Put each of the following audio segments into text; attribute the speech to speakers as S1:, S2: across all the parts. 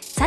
S1: さ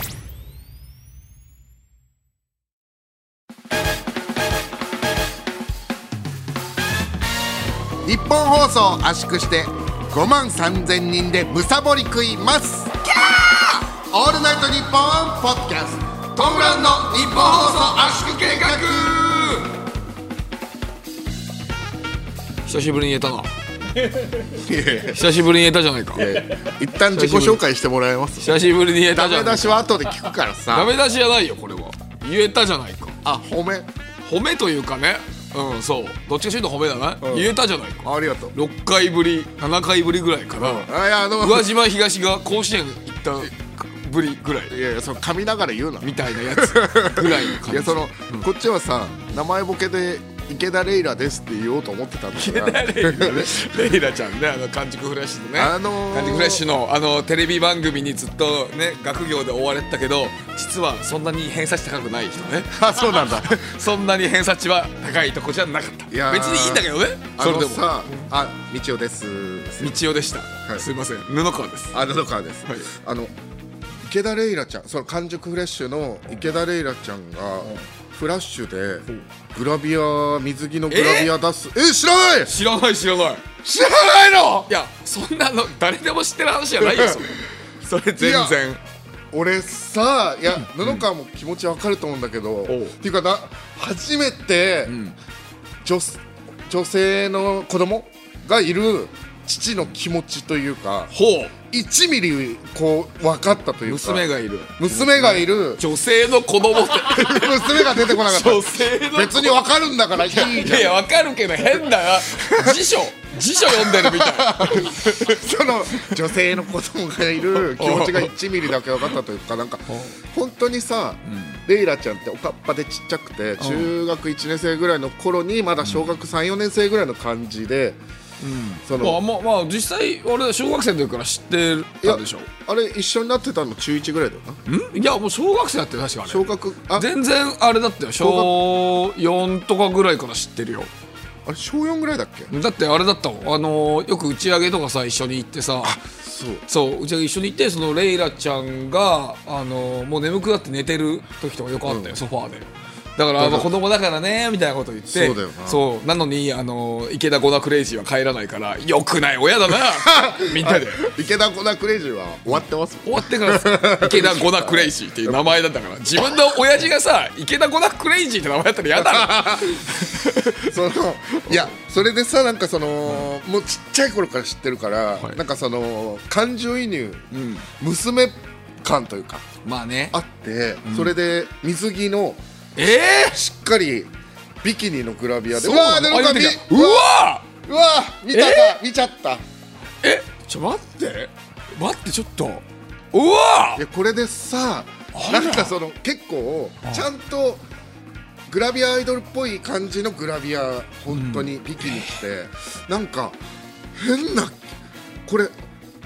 S2: ン
S3: 日本放送を圧縮して5万3000人でむさぼり食いますキャーオールナイトニッポンポッドキャストトムブラウンの日本放送圧縮計画
S4: 久しぶりに言えたな久しぶりに言えたじゃないか
S3: 一旦自己紹介してもらえます
S4: 久しぶりに言えた
S3: ダ
S4: じゃ
S3: メ出
S4: ないか
S3: しは後で聞くから
S4: ダ
S3: さ
S4: メ出しじゃないよこれは言えたじゃないか
S3: あ褒め
S4: 褒めというかねうんそうどっちかというと褒めだな、言えたじゃないか
S3: ありがとう
S4: 6回ぶり7回ぶりぐらいかな、
S3: あいやでも
S4: 宇和島東が甲子園行ったぶりぐらい
S3: いやいやその噛みながら言うな
S4: みたいなやつぐらいの感じ
S3: いやその、こっちはさ名前ボケで池田レイラですって言おうと思ってたんだけどな
S4: レイラねレイラちゃんねあの完熟フラッシュのね、
S3: あのー
S4: 完熟フラッシュのあのテレビ番組にずっとね学業で追われてたけど実はそんなに偏差値高くない人ね
S3: あそうなんだ
S4: そんなに偏差値は高いとこじゃなかった
S3: いやー
S4: 別にいいんだけどね
S3: あ
S4: それ
S3: の
S4: でも
S3: さあみちおです
S4: 道代でした、
S3: い
S4: すいません布川です
S3: あ布川です、
S4: はい
S3: あの池田レイラちゃんその完熟フレッシュの池田レイラちゃんがフラッシュでグラビア水着のグラビア出すえ知らない
S4: 知らない知らない
S3: 知らないの
S4: いやそんなの誰でも知ってる話じゃないよそ れそれ全然
S3: 俺さいや布川も気持ちわかると思うんだけど、
S4: う
S3: っていうかな初めて、女す女性の子供がいる父の気持ちというか
S4: ほう
S3: 1ミリこう分かったというか
S4: 娘がいる
S3: 娘がいる
S4: 女性の子供っ て
S3: 娘が出てこなかった
S4: 女性の子供
S3: 別にわかるんだからいいじゃん
S4: いやいやわかるけど変だな辞書辞書読んでるみたい
S3: その女性の子供がい る気持ちが1ミリだけ分かったというかなんか本当にさ、レイラちゃんっておかっぱでちっちゃくて中学1年生ぐらいの頃にまだ小学34年生ぐらいの感じで、 そ
S4: まあ
S3: の
S4: まあまあ実際俺は小学生の時から知ってたでしょ
S3: あれ一緒になってたの中1ぐらいだよなん
S4: いやもう小学生だって確かあれ
S3: 小学あ
S4: 全然あれだったよ小4とかぐらいから知ってるよ
S3: あれ小4ぐらいだっけ
S4: だってあれだったもんあのーよく打ち上げとかさ一緒に行ってさ
S3: そう
S4: そう打ち上げ一緒に行ってそのレイラちゃんがあのーもう眠くなって寝てる時とかよくあったよ、ソファーでだからあの子供だからねみたいなこと言って
S3: そうだよな
S4: そうなのにあのー池田ゴナクレイジーは帰らないからよくない親だ なみんなで
S3: 池田コナクレイジーは終わってます
S4: 終わってからさ池田ゴナクレイジーっていう名前なんだから自分の親父がさ池田ゴナクレイジーって名前だったら嫌だろ
S3: そのいやそれでさなんかその、もうちっちゃい頃から知ってるから、
S4: はい
S3: なんかその感情移入、娘感というか
S4: まあね
S3: あって、それで水着の
S4: ええー
S3: しっかりビキニのグラビアで
S4: そう
S3: うわー
S4: な
S3: な
S4: の
S3: んか
S4: あ
S3: み
S4: 見てきたうわ
S3: うわー見たか、見ちゃったい
S4: えちょ待って待ってちょっとうわ
S3: やこれでさ
S4: あら
S3: なんかその結構ちゃんとグラビアアイドルっぽい感じのグラビア本当にビキニって、なんか変なこれ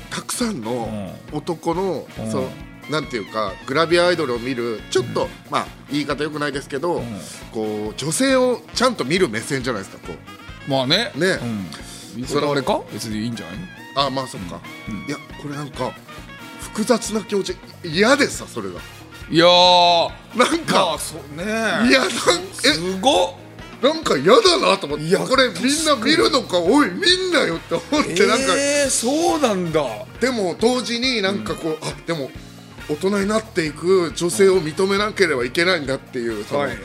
S3: たくさんの男の、そのなんていうかグラビアアイドルを見るちょっと、まあ言い方よくないですけど、こう女性をちゃんと見る目線じゃないですかこう
S4: まあね
S3: ね、
S4: うん、
S3: それは
S4: 俺か別にいいんじゃない
S3: あまあそっか、いやこれなんか複雑な気持ち嫌でさそれが
S4: いやー
S3: なん
S4: まあ
S3: か、
S4: そうね
S3: いやなんえ
S4: すごっ
S3: なんか嫌だなと思ってこれみんな見るのかおいみんなよって思ってなんか、
S4: えー、そうなんだ
S3: でも同時になんかこう、あでも大人になっていく女性を認めなければいけないんだっていう、その
S5: はいは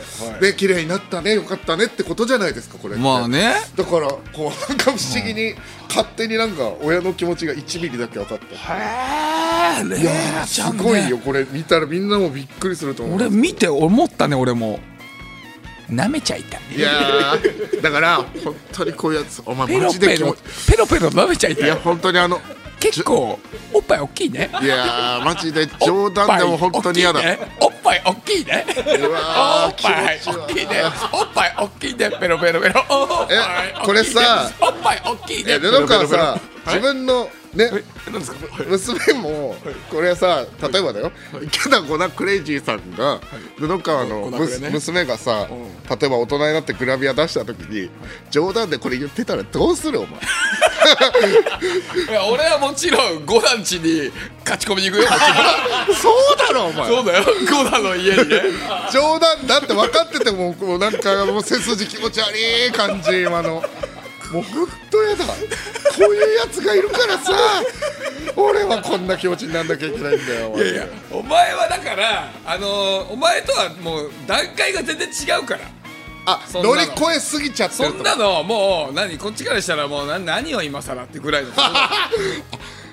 S5: い
S3: ね綺麗になったねよかったねってことじゃないですかこれって
S4: まあね
S3: だからこうなんか不思議に勝手になんか親の気持ちが1ミリだけ分かった
S4: へえレイ
S3: いや
S4: ラ
S3: ー
S4: ち
S3: す
S4: ゃん、ね、
S3: ごいよこれ見たらみんなもびっくりすると思う
S4: 俺見て思ったね俺も舐めちゃいた
S3: いやーだから本当にこういうやつお前
S4: ペ
S3: マ
S4: ロ
S3: ジで
S4: ペ
S3: 気
S4: ロ
S3: 持
S4: ペロペロ舐めちゃい
S3: ち
S4: た
S3: いや
S4: よ
S3: 本当にあの
S4: 結構おっぱい大きいね
S3: いやーマジで冗談でも本当に嫌だ
S4: おっぱい大きいね
S3: う
S4: お
S3: わ
S4: っ
S3: ー
S4: ぱい
S3: 気持ち
S4: 大
S3: 悪
S4: きいねおっぱい大きいねペロペロペロおっぱい大きいね
S3: えこれさ
S4: おっぱい大きいね
S3: え布川さ
S4: ペ
S3: 自
S4: ロペロペロ
S3: 分のね
S4: えなんですか
S3: 娘もこれさ例えばだよ池田ゴナクレイジーさんが布川の
S4: ゴナクレね
S3: む娘がさ例えば大人になってグラビア出した時に冗談でこれ言ってたらどうするお前
S4: いや俺はもちろんゴダンチに勝ち込みに行くよもち
S3: そうだろお前
S4: ろん そうだよゴダの家にね
S3: 冗談だって分かっててももうなんかもう背筋気持ち悪い感じ今のもう本当やだこういうやつがいるからさ俺はこんな気持ちになんなきゃいけないんだよお前
S4: いやお前はだからあのーお前とはもう段階が全然違うから
S3: あ
S4: そんなの
S3: 乗り越えすぎちゃって
S4: そ
S3: ると
S4: んなのもう何こっちからしたらもうな何を今更ってぐらいの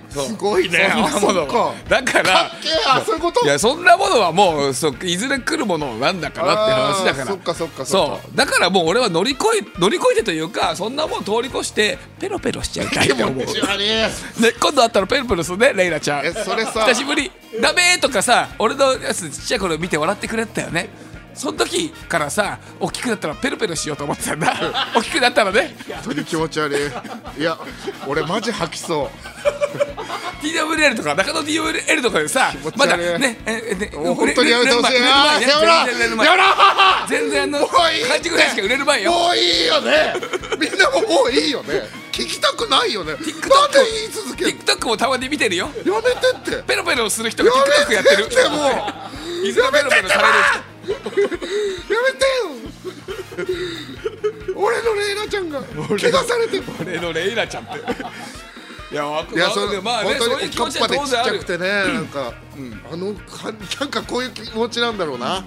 S4: そう
S3: すごいね
S4: そんなも
S3: あそっ
S4: の
S3: か
S4: だから
S3: いやあそういうこと
S4: いやそんなものはもうそういずれ来るものなんだからって話だか
S3: あー
S4: ら
S3: そっかそっかそっか
S4: そうだからもう俺は乗り越え乗り越えてというかそんなもん通り越してペロペロしちゃいたいと思う
S3: 気持ち悪い
S4: ね、今度会ったらペルペルするねレイラちゃん
S3: えそれさ
S4: 久しぶりダメーとかさ俺のやつちっちゃい頃見て笑ってくれてたよねその時からさ大きくなったらペルペルしようと思ってたんだ大きくなったらね
S3: 本当に気持ち悪いいや俺マジ吐きそう
S4: TWL とか中野 TWL とかでさ
S3: 持ち悪い
S4: まだねええね
S3: もう本当にやめてほしい
S4: 売れる前ね
S3: やめろ
S4: 全然売れる前
S3: やめろ
S4: 全然あの
S3: もういいって
S4: 感じぐらいしか売れる前よ
S3: もういいよねみんなももういいよね聞きたくないよねなんで
S4: TikTok
S3: 言い続ける
S4: TikTok もたまに見てるよ
S3: やめてって
S4: ペロペロする人が TikTok やって
S3: やめて
S4: る
S3: ってもう
S4: いずれペロペロされる
S3: やめてよ俺のレイナちゃんが怪我されてる
S4: 俺のレイラちゃん っていやわ
S3: いやそ
S4: そ
S3: れ、
S4: まあね
S3: 本当
S4: そうい
S3: に
S4: う気
S3: カ
S4: 持ち
S3: ッパ
S4: は
S3: でち
S4: 当
S3: っち
S4: 然あ
S3: ゃ
S4: る
S3: くてね、なんか、あのかなんかこういう気持ちなんだろうな、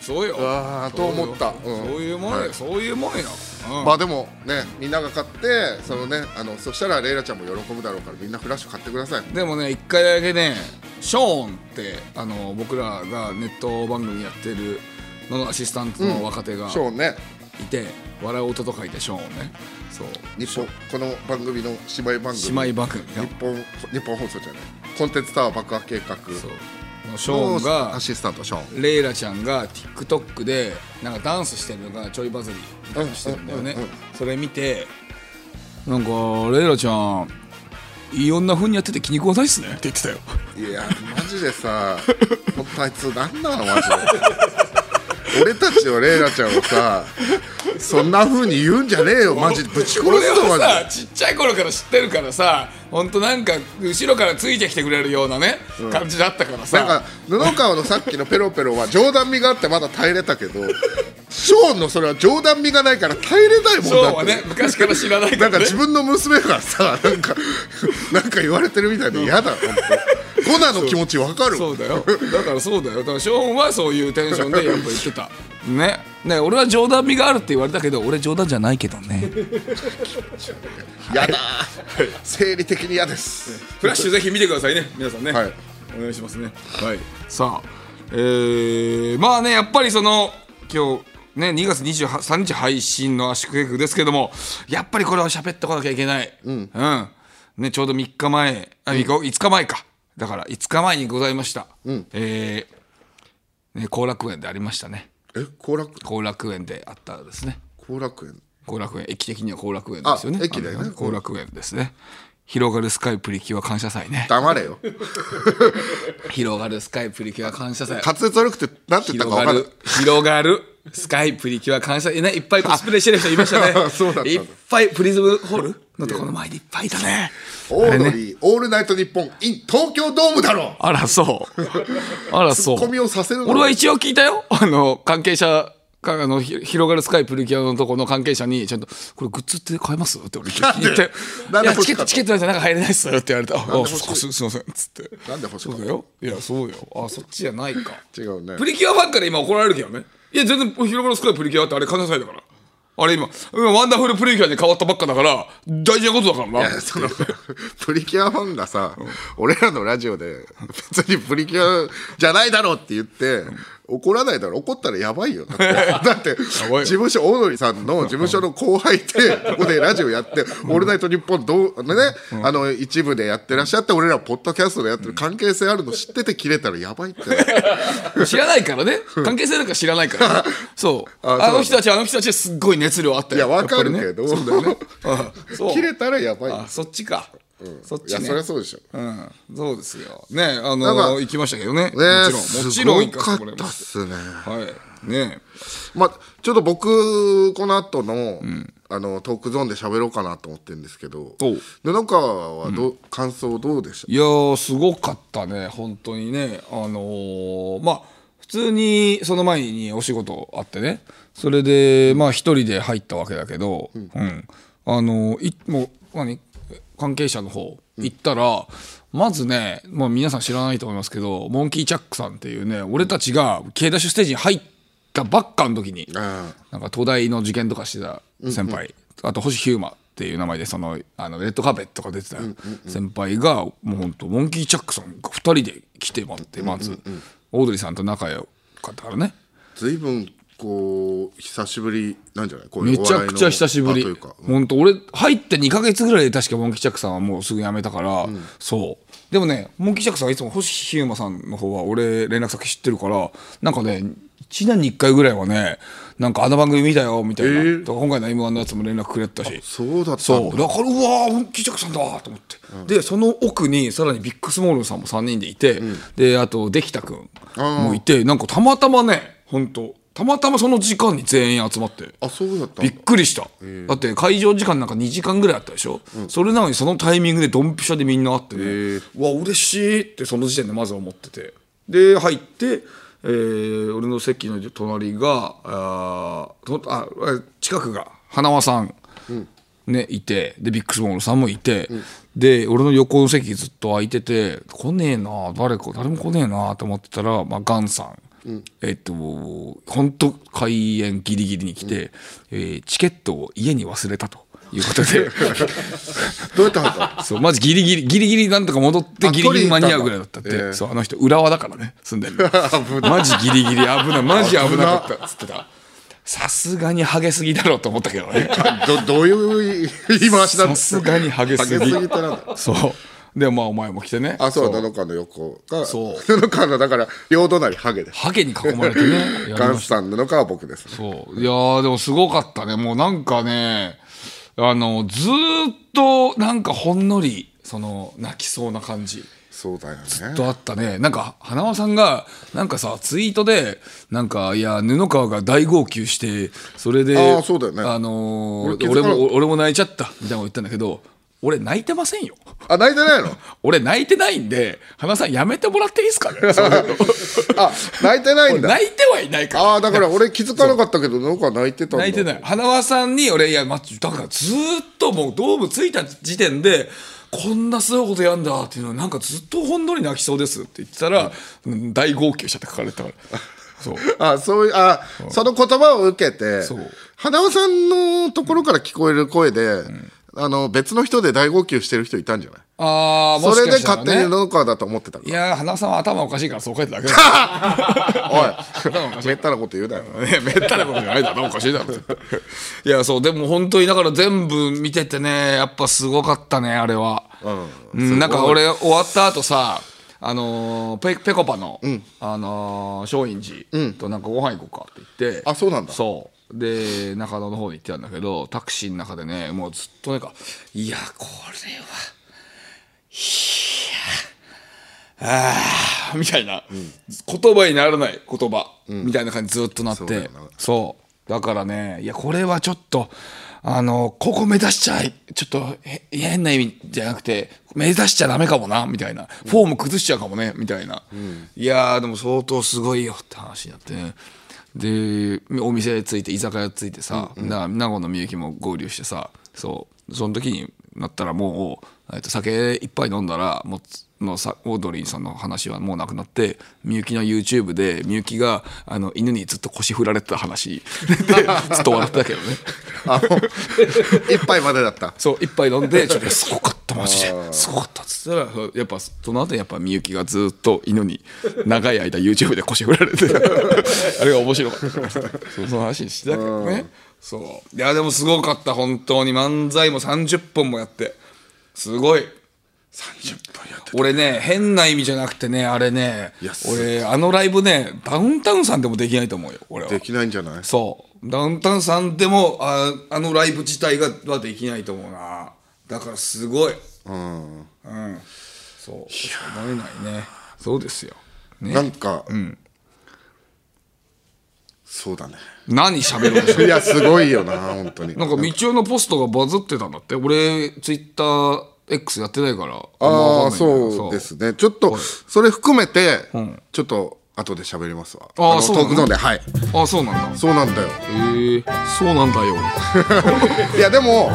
S4: そうよ
S3: あーと思った
S4: そうよ
S3: うん
S4: そういうもんよ、
S3: はい
S4: そういうもんよ、うん
S3: まあでもねみんなが買ってそのねあのそしたらレイラちゃんも喜ぶだろうからみんなフラッシュ買ってください
S4: でもね一回だけねショーンってあの僕らがネット番組やってるののアシスタントの若手が
S3: ショーンね
S4: いて、笑う音と書いてショーンねそう
S3: 日本この番組の姉妹番組
S4: 姉妹番組が
S3: 日本日本放送じゃないコンテンツタワー爆破計画
S4: そうのショーンが
S3: アシスタントショーン
S4: レイラちゃんが TikTok でなんかダンスしてるのがちょいバズりみたいなのしてるんだよね、
S3: うんうんうん
S4: それ見てなんかレイラちゃんいろんな風にやってて気に食わないっすねって言ってたよ
S3: いやマジでさ 本当あいつ何なのマジで俺たちをレイラちゃんをさそんな風に言うんじゃねえよマジでぶち殺
S4: 俺
S3: すぞ
S4: は
S3: マ
S4: さちっちゃい頃から知ってるからさほんとなんか後ろからついてきてくれるようなね、感じだったから
S3: ジでなん
S4: さ
S3: か布川のさっきのペロペロは冗談味があってまだ耐えれたけどショーンのそれは冗談味がないから耐えれないもん
S4: シ
S3: だ
S4: ョーン
S3: っ
S4: は
S3: て
S4: ね昔から知らない
S3: な
S4: か
S3: んから
S4: ね
S3: 自分の娘が さなんかなんか言われてるみたいで嫌だ本当コナンの気持ちわかる
S4: そうだよだからそうだよだからショーンはそういうテンションでやっぱ言ってたねね俺は冗談味があるって言われたけど俺冗談じゃないけどね
S3: 嫌だ生理的に嫌です
S4: フラッシュぜひ見てくださいね皆さんね、
S3: はい
S4: お願いしますねはいさあえー、まあねやっぱりその今日ね2月23日配信の圧縮計画ですけどもやっぱりこれは喋っとかなきゃいけないうん、ね、ちょうど3日前あ3日、5日前かだから5日前にございました、えーね、後楽園でありましたね
S3: え後楽
S4: 後楽園であったですね
S3: 後楽園
S4: 後楽園駅的には後楽園ですよね
S3: あ駅だよね
S4: あの後楽園ですね広がるスカイプリキュア感謝祭ね
S3: 黙れよ
S4: 広がるスカイプリキュア感謝祭
S3: 滑舌悪くてなんて言った
S4: 広
S3: か分
S4: が
S3: かる
S4: る広がるスカイプリキュア感謝祭ねいっぱいコスプレしてる人いました ね
S3: そうだったんだ
S4: いっぱいプリズムホールのとこの前でいっぱいいたね
S3: オードリー、オールナイトニッポン in 東京ドームだろ
S4: あらそうあらそう
S3: ツッコミをさせるの
S4: 俺は一応聞いたよあの関係者かあのひ広がるスカイプリキュアのとこの関係者にちゃんと「これグッズって買えます?」って俺聞いて「
S3: なん
S4: い
S3: で
S4: や
S3: 欲
S4: チ
S3: し
S4: ケ
S3: か
S4: ット
S3: った
S4: チケットないと中入れないっすよ」って言われた「あ
S3: で
S4: あ
S3: 欲
S4: そ
S3: し
S4: っ
S3: い
S4: かすすいません」っつって
S3: なんで欲し
S4: そう
S3: か
S4: だ
S3: っ
S4: よいやそうよあそっちじゃないか
S3: た違うね
S4: プリキュアファンから今怒られるけどねいや全然広がるスカイプリキュアってあれ関西だからあれ今今ワンダフルプリキュアに変わったばっかだから大事なことだからな
S3: そのプリキュアファンがさ、俺らのラジオで別にプリキュアじゃないだろうって言って怒らないだろ怒ったらやばいよ だってだって
S4: ばいよ
S3: 事務所オードリーさんの事務所の後輩でここでラジオやって「オールナイトニッポン」どうね、あの一部でやってらっしゃって俺らポッドキャストでやってる関係性あるの知ってて切れたらや ばいって
S4: 知らないからね関係性なんか知らないから、 ね、そう
S3: あそう
S4: あの人たちあの人たちですっごい熱量あった
S3: いやわかるけ
S4: やっぱ
S3: ど、
S4: りねそうだよねあそう
S3: 切れたらやばい
S4: あそっちか、そっ
S3: い
S4: ち
S3: や
S4: ね
S3: そりゃそうでしょ
S4: うん、そうですよ。ね、あ
S3: なんか
S4: の、行きましたけど
S3: ね
S4: ね。もちろん、もちろん行
S3: すご
S4: せて
S3: から
S4: も
S3: っ
S4: い
S3: た
S4: ま
S3: っ
S4: す
S3: すね
S4: はい、ね、
S3: まあ、ちょっと僕この後の、あのトークゾーンで喋ろうかなと思ってるんですけど
S4: おう
S3: 布川はどう、感想どうでした
S4: いやー、すごかったね、本当にね、あのーまあ。普通にその前にお仕事あってねそれでまあ一人で入ったわけだけど、うんあのーいもう何関係者の方行ったら、まずね、まあ、皆さん知らないと思いますけどモンキー・チャックさんっていうね俺たちが K ダッシュステージに入ったばっかの時に、
S3: あ
S4: なんか東大の受験とかしてた先輩、あと星飛雄馬っていう名前でそのあのレッドカーペットとか出てた先輩がもうほんとモンキー・チャックさんが2人で来て待ってまず、オードリーさんと仲良かったからね
S3: ずいぶんこう久しぶりなんじゃないこうい
S4: め
S3: うお
S4: ちゃ
S3: 笑いの
S4: くちゃ久しぶり
S3: 場というか、
S4: 本当俺入って2か月ぐらいで確かモンキーチャックさんはもうすぐ辞めたから、そうでもねモンキーチャックさんはいつも星飛雄馬さんの方は俺連絡先知ってるからなんかね1年に1回ぐらいはねなんかあの番組見たよみたいな、
S3: えー
S4: とか今回の m 1のやつも連絡くれてたし
S3: そうだったん
S4: そう
S3: だ
S4: だからうわーモンキーチャックさんだと思って、でその奥にさらにビッグスモールンさんも3人でいて、であとできたくんもいてなんかたまたまね本当たまたまその時間に全員集まって
S3: あそうだったん
S4: びっ
S3: だ
S4: くりした、だって会場時間なんか2時間ぐらいあったでしょ、それなのにそのタイミングでドンピシャでみんな会ってね、うわ嬉しいってその時点でまず思っててで入って、えー俺の席の隣があーとあえ近くが花輪さん、ね、いてでビックスモールさんもいて、で俺の横の席ずっと空いてて来ねえな誰か誰も来ねえなと思ってたら、まあ、ガンさん、えっと本当開演ギリギリに来て、えーチケットを家に忘れたということ で
S3: どうやって入った
S4: そうマジギリギリギリギリなんとか戻って
S3: あ
S4: ギリギリ間に合うぐらいだったって、
S3: 取りに行ったんだええ
S4: そうあの人浦和だからね住ん でるのマジギリギリ危ないマジ危なかったっつってたさすがにハゲすぎだろうと思ったけど ね
S3: のどどういう言い回しだった
S4: さすがにハゲ
S3: ハ
S4: す
S3: ゲ
S4: ぎ
S3: すぎたなんだ
S4: そうでまあお前も来てね
S3: あそうだ布川の横が
S4: そう
S3: 布川のだから両隣ハゲです
S4: ハゲに囲まれてねや り
S3: ガ
S4: ま
S3: ン
S4: し
S3: スさん布川は僕です
S4: たそういやーでもすごかったねもうなんかねあのずーっとなんかほんのりその泣きそうな感じ
S3: そうだよね
S4: とあったねなんか花輪さんがなんかさツイートでなんかいや布川が大号泣してそれで
S3: あーそうだよね
S4: あのー
S3: 俺気づ
S4: 俺
S3: かなかった
S4: も俺も泣いちゃったみたいなこと言ったんだけど俺泣いてませんよ
S3: あ泣いてないの
S4: 俺泣いてないんで花輪さんやめてもらっていいです かねそう
S3: あ泣いてないんだ
S4: 泣いてはいないから
S3: ああだから俺気づかなかったけどなんか泣いてたんだ
S4: 泣いてない花輪さんに俺いやマッだからずーっともうドームついた時点でこんなすごいことやんだっていうのなんかずっとほんのり泣きそうですって言ってたら、うん大号泣しちゃって書かれてたから そう
S3: あそういうあその言葉を受けて
S4: そう
S3: 花輪さんのところから聞こえる声で、あの別の人で大号泣してる人いたんじゃない
S4: ああ
S3: そ
S4: もし
S3: れ
S4: か
S3: で
S4: した
S3: 勝
S4: ら、ね、
S3: 手に農家だと思ってたか
S4: いやー花さんは頭おかしいからそう書いてただけだ
S3: ら おいめったなこと言うなよ
S4: ね、 めったなことじゃないだろおかしいだろいやそうでも本当にだから全部見ててねやっぱすごかったねあれは、うんなんか俺終わった後さあのーペペコパの、あのー松陰寺となんかご飯行こうかって言って、
S3: あそうなんだ
S4: そうで中野の方に行ってたんだけどタクシーの中でねもうずっとなんか「いやこれは」あー みたいな、言葉にならない言葉、みたいな感じずっとなって
S3: そう
S4: そ
S3: だよ
S4: う
S3: な
S4: だからねいやこれはちょっとあのここ目指しちゃいちょっとへ変な意味じゃなくて目指しちゃダメかもなみたいな、フォーム崩しちゃうかもねみたいな、いやーでも相当すごいよって話になってねでお店ついて居酒屋ついてさ、な名護のみゆきも合流してさそうその時になったらもう、えっと、酒一杯飲んだらもうつのさオードリーさんの話はもうなくなってみゆきの YouTube でみゆきがあの犬にずっと腰振られてた話でずっと笑ってたけどね
S3: あの一杯までだった
S4: そう一杯飲 んで「ちょっとすごかったマジですごかった」っつったらそうやっぱその後やっぱみゆきがずっと犬に長い間 YouTube で腰振 られてあれが面白かったそうその話してたけどねそういやでもすごかった本当に漫才も30本もやってすごい
S3: 30分やって
S4: 俺ね変な意味じゃなくてねあれね
S3: いやす
S4: 俺あのライブねダウンタウンさんでもできないと思うよ俺は
S3: できないんじゃない
S4: そうダウンタウンさんでもああのライブ自体がはできないと思うなだからすごい
S3: うん
S4: そう思えないねそうですよ、ね、
S3: なんか、そうだね
S4: 何喋るんでしょ
S3: いやすごいよな本当に
S4: うなんか道夫のポストがバズってたんだって俺ツイッター X やってないからあんま
S3: あ
S4: わ
S3: あ
S4: かんないんだけど
S3: そうですねちょっとそれ含めて、ちょっと後で喋りますわ
S4: あー
S3: の
S4: そう
S3: トー
S4: なの
S3: クゾーンではい
S4: あそうなんだ
S3: そうなんだよ
S4: へえそうなんだよ
S3: いやでも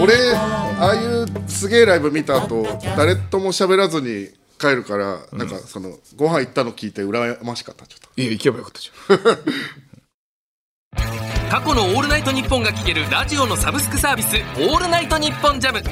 S3: 俺ああいうすげえライブ見た後誰とも喋らずに帰るから、なんかそのご飯行ったの聞いて羨ましかったちょっと
S4: いや行けばよかったじゃん
S5: 過去の「オールナイトニッポン」が聴けるラジオのサブスクサービス「オールナイトニッポンジャム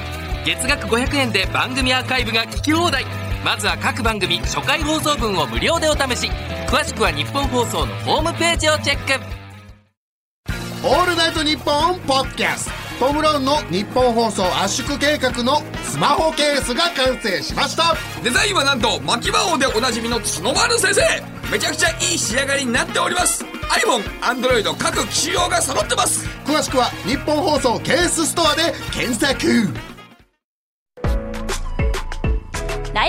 S5: 月額500円で番組アーカイブが聞き放題まずは各番組初回放送分を無料でお試し詳しくは日本放送のホームページをチェック
S3: 「オールナイトニッポン」ポッドキャストトム・ブラウンの日本放送圧縮計画のスマホケースが完成しました
S4: デザインはなんと牧場王でおなじみの角丸先生めちゃくちゃいい仕上がりになっております iPhone、Android 各機種用が揃ってます
S3: 詳しくは日本放送ケースストアで検索
S1: ラ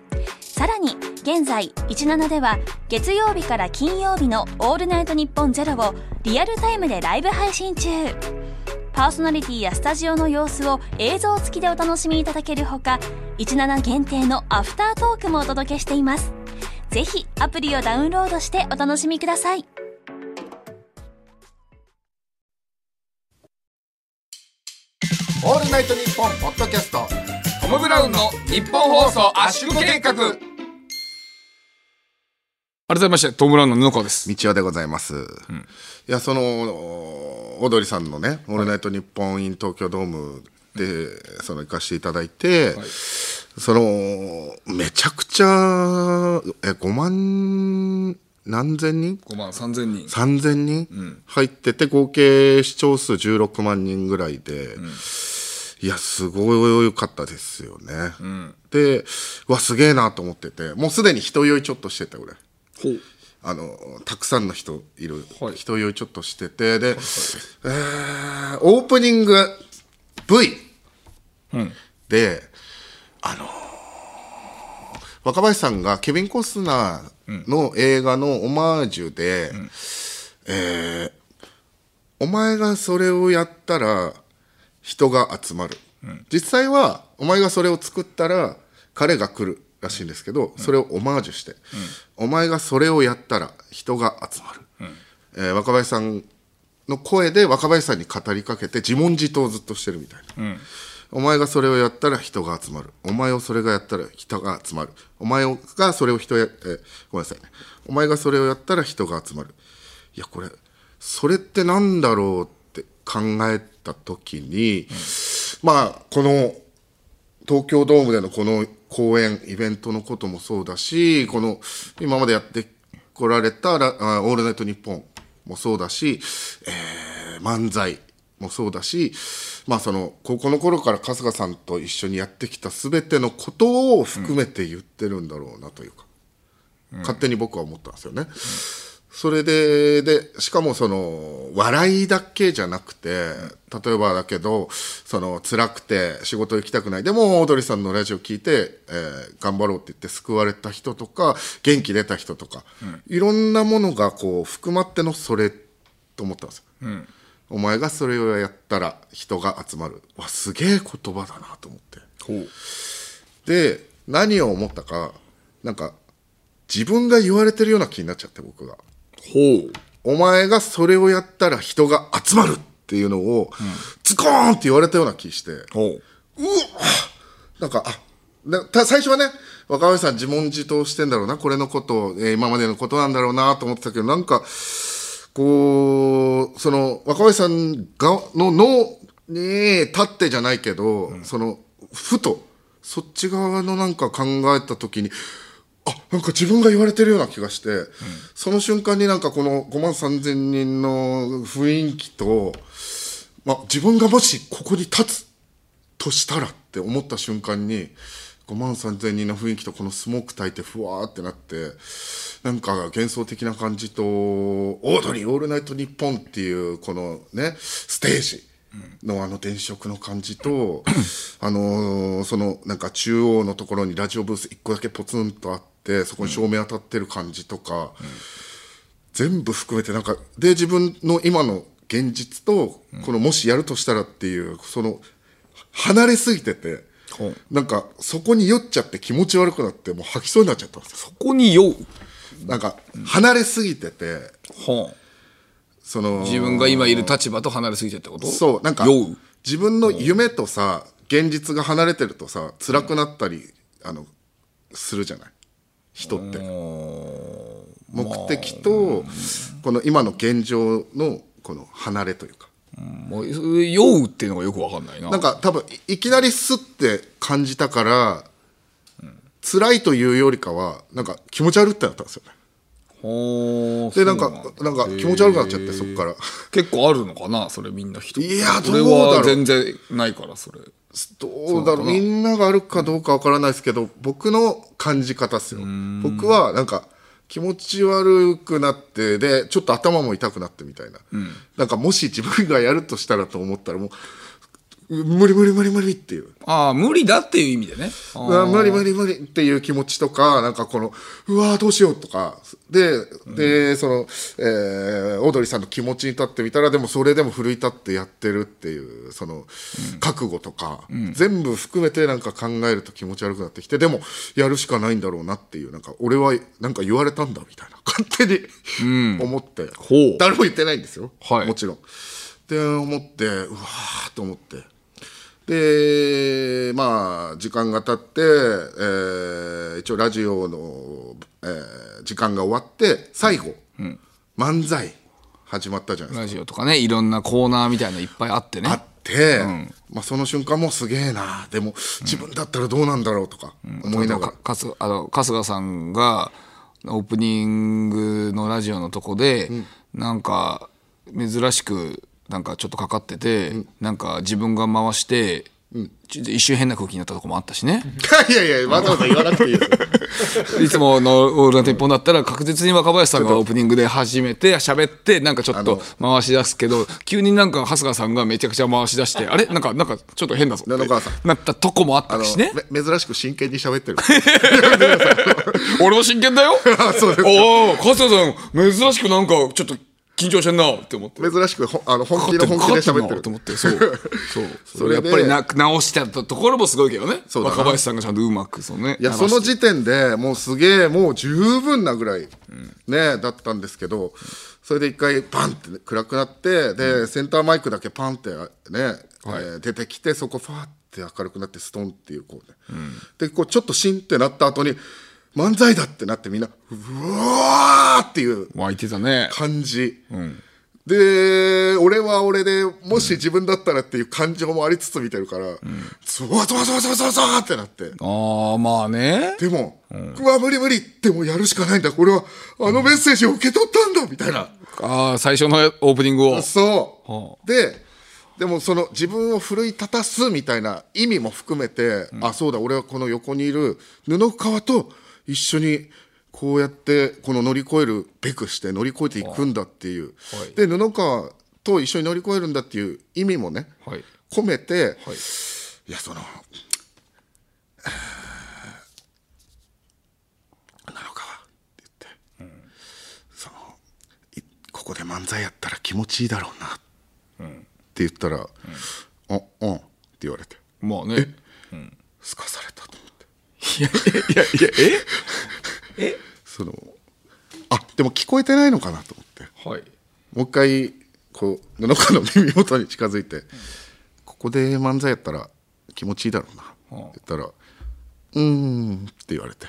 S1: さらに現在17では月曜日から金曜日の「オールナイトニッポンゼロをリアルタイムでライブ配信中パーソナリティやスタジオの様子を映像付きでお楽しみいただけるほか17限定のアフタートークもお届けしていますぜひアプリをダウンロードしてお楽しみください
S3: 「オールナイトニッポン」ポッドキャスト
S4: トム・ブラウンの日本放送圧縮計画改めましてトム・ブラウンの布川です
S3: 道夫でございます、いやそのオードリーさんのね「オールナイトニッポン in 東京ドームで」その行かせていただいて、そのめちゃくちゃえ5万何千人
S4: 5万3000人
S3: 3000人入ってて、合計視聴数16万人ぐらいで、いやすごいかったですよね、でうわすげえなと思っててもうすでに人酔いちょっとしてて俺
S4: ほう
S3: あのたくさんの人いる、
S4: はい
S3: 人酔いちょっとしててで、えーオープニング V、であのー若林さんがケビン・コスナーの映画のオマージュで、えーお前がそれをやったら人が集まる、実際はお前がそれを作ったら彼が来るらしいんですけど、それをオマージュして、お前がそれをやったら人が集まる、えー若林さんの声で若林さんに語りかけて自問自答をずっとしてるみたいな、お前がそれをやったら人が集まるお前をそれがやったら人が集まるお前がそれを人や、えーごめんなさいねお前がそれをやったら人が集まるいやこれそれってなんだろうって考えた時に、まあこの東京ドームでのこの公演イベントのこともそうだしこの今までやってこられたラあ「オールナイトニッポン」もそうだし、えー漫才もそうだし、まあ、その高校の頃から春日さんと一緒にやってきた全てのことを含めて言ってるんだろうなというか、勝手に僕は思ったんですよね。それで、で、しかもその、笑いだけじゃなくて、例えばだけど、その、辛くて仕事行きたくない。でも、オードリーさんのラジオ聞いて、えー頑張ろうって言って救われた人とか、元気出た人とか、いろんなものがこう、含まってのそれと思ったんですよ。お前がそれをやったら人が集まる。わ、すげえ言葉だなと思って。で何を思ったかなんか自分が言われてるような気になっちゃって僕が
S4: ほう
S3: お前がそれをやったら人が集まるっていうのを、ズコーンって言われたような気して
S4: ほう
S3: なんかあなた最初はね若林さん自問自答してんだろうなこれのことを、えー今までのことなんだろうなと思ってたけどなんかこうその若林さんがの脳に立ってじゃないけど、そのふとそっち側のなんか考えた時にあなんか自分が言われてるような気がして、その瞬間になんかこの5万3000人の雰囲気と、まあ、自分がもしここに立つとしたらって思った瞬間に5万3000人の雰囲気とこのスモーク焚いてふわーってなってなんか幻想的な感じと「オードリーオールナイトニッポン」っていうこのねステージのあの電飾の感じと、あのーそのなんか中央のところにラジオブース1個だけポツンとあってそこに照明当たってる感じとか。全部含めてなんかで自分の今の現実とこのもしやるとしたらっていうその離れすぎてて
S4: ほう
S3: なんかそこに酔っちゃって気持ち悪くなってもう吐きそうになっちゃったんですよ
S4: ここに酔う
S3: なんか離れすぎてて
S4: ほ
S3: その
S4: う自分が今いる立場と離れすぎてってこと
S3: そうなんか
S4: 酔う
S3: 自分の夢とさ現実が離れてるとさ辛くなったりあのするじゃない人って目的とこの今の現状のこの離れというか
S4: もう酔うっていうのがよくわかんないな
S3: なんか多分いいきなりスッて感じたから、辛いというよりかはなんか気持ち悪ってなったんですよね
S4: ほう
S3: でなん
S4: そう
S3: か
S4: だ
S3: なんか気持ち悪くなっちゃってそっから
S4: 結構あるのかなそれみんな人
S3: いや
S4: 俺
S3: どうだろ
S4: は
S3: う
S4: 全然ないからそれ
S3: どうだろうみんながあるかどうかわからないですけど僕の感じ方ですよ僕はなんか気持ち悪くなってでちょっと頭も痛くなってみたいな、なんかもし自分がやるとしたらと思ったらもう無理無理無理無理っていう
S4: ああ無理だっていう意味でねあー
S3: うわ無理無理無理っていう気持ちとかなんかこのうわーどうしようとかで,、でその、えーオードリーさんの気持ちに立ってみたらでもそれでも奮い立ってやってるっていうその覚悟とか、全部含めてなんか考えると気持ち悪くなってきてでもやるしかないんだろうなっていうなんか俺はなんか言われたんだみたいな勝手に、思って
S4: ほう
S3: 誰も言ってないんですよ、
S4: はい
S3: もちろん。って思ってうわーと思って。でまあ時間が経って、えー一応ラジオの、えー時間が終わって最後、漫才始まったじゃないですか。
S4: ラジオとかねいろんなコーナーみたいのいっぱいあってね
S3: あって、まあ、その瞬間もすげえなでも自分だったらどうなんだろうとか思いながら、
S4: かすあの春日さんがオープニングのラジオのとこで、なんか珍しくなんかちょっとかかってて、なんか自分が回して、ちょっと一瞬変な空気になったとこもあったしね
S3: いやいやわざわざ言わなくていい ですよ
S4: いつもの「オールナイトニッポン」だったら確実に若林さんがオープニングで始めて喋ってなんかちょっと回し出すけど急になんか春日さんがめちゃくちゃ回し出してあれなんかなんかちょっと変だぞって
S3: 野々川さん
S4: なったとこもあっ
S3: あ
S4: た
S3: の
S4: しね
S3: め珍しく真剣に喋ってる
S4: 俺も真剣だよ
S3: あ そうです
S4: おお春日さん珍しくなんかちょっと緊張してんなって思って
S3: 珍しくほあの本気の本気で 喋ってる
S4: と思っ てそうそうそれや
S3: れ
S4: っ
S3: で
S4: ぱりな直したところもすごいけどね
S3: そうだな
S4: 若林さんがちゃんとうまくそうね
S3: いや
S4: 鳴
S3: そ
S4: らして
S3: の時点でもうすげえもう十分なぐらい、ねだったんですけどそれで一回バンってね暗くなってで、センターマイクだけパンってね、えー出てきてそこファーって明るくなってストンっていうこうね、でこうちょっとシンってなった後に漫才だってなってみんなうわーっていう
S4: 湧いてたね
S3: 感じ、で俺は俺でもし自分だったらっていう感情もありつつ見てるから、ゾワゾワゾワゾワゾワゾワってなって。
S4: ああまあね
S3: でも、うわ、無理無理ってもうやるしかないんだ。これは、あのメッセージを受け取ったんだみたいな。
S4: ああ最初のオープニングを
S3: そう。で、でもその自分を奮い立たすみたいな意味も含めて、あ、そうだ、俺はこの横にいる布川と一緒にこうやってこの乗り越えるべくして乗り越えていくんだっていう、
S4: はい
S3: で布川と一緒に乗り越えるんだっていう意味もね、
S4: はい
S3: 込めて、
S4: はい
S3: い、やその「なのかわ」って言って、そのいここで漫才やったら気持ちいいだろうなって言ったら「うん、うん」って言われて
S4: まあね
S3: すかされたと思って
S4: いやいや
S3: そのあでも聞こえてないのかなと思って。
S4: えはい
S3: もう一回こう布川の耳元に近づいて、ここで漫才やったら気持ちいいだろうな、って言ったら「うーん」って言われて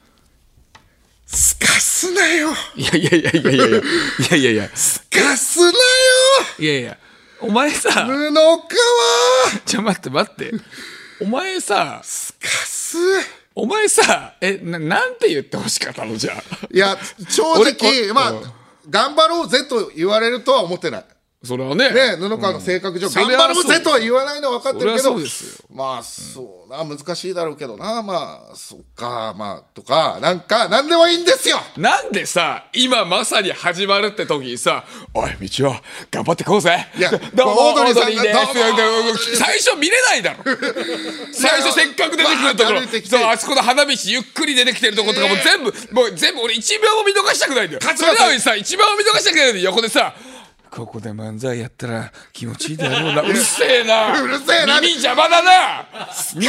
S3: 「す、かすなよ
S4: いやいやいやいやいやいやいやいやいや
S3: すかすなよ
S4: いやいやお前さ
S3: 布川
S4: ちょ待って待ってお前さ
S3: すかす」
S4: お前さえななんて言ってほしかったのじゃあ
S3: いや正
S4: 俺
S3: 直
S4: 俺
S3: まあ
S4: うん
S3: 頑張ろうぜと言われるとは思ってない。
S4: それはね
S3: ね、布川の性格上、
S4: ん
S3: 頑張ろうぜとは言わないのは分かってるけ
S4: そりゃそ
S3: ど
S4: うですよ、
S3: まあ、そうな、難しいだろうけどな、まあ、そっか、まあ、とか、なんか、なんでもいいんですよ
S4: なんでさ今まさに始まるって時にさ「おい道夫頑張ってこうぜ」
S3: いや
S4: どう
S3: オー
S4: も
S3: ド
S4: オ
S3: リー
S4: ー
S3: さん
S4: ドリーです
S3: どうもオードリーです
S4: 最初見れないだろ最初せっかく出てくるとこ
S3: バーッて
S4: ろ
S3: 歩いてきて
S4: そうあそこの花道ゆっくり出てきてるところとかも
S3: ええ
S4: 全部、もう全部俺一秒も見逃したくないんだよ
S3: 勝
S4: そ
S3: 村さん
S4: れなのにさ一秒も見逃したくないのに横でさここで漫才やったら気持ちいいだろうなうるせえな
S3: うるせえな
S4: 耳邪魔だな耳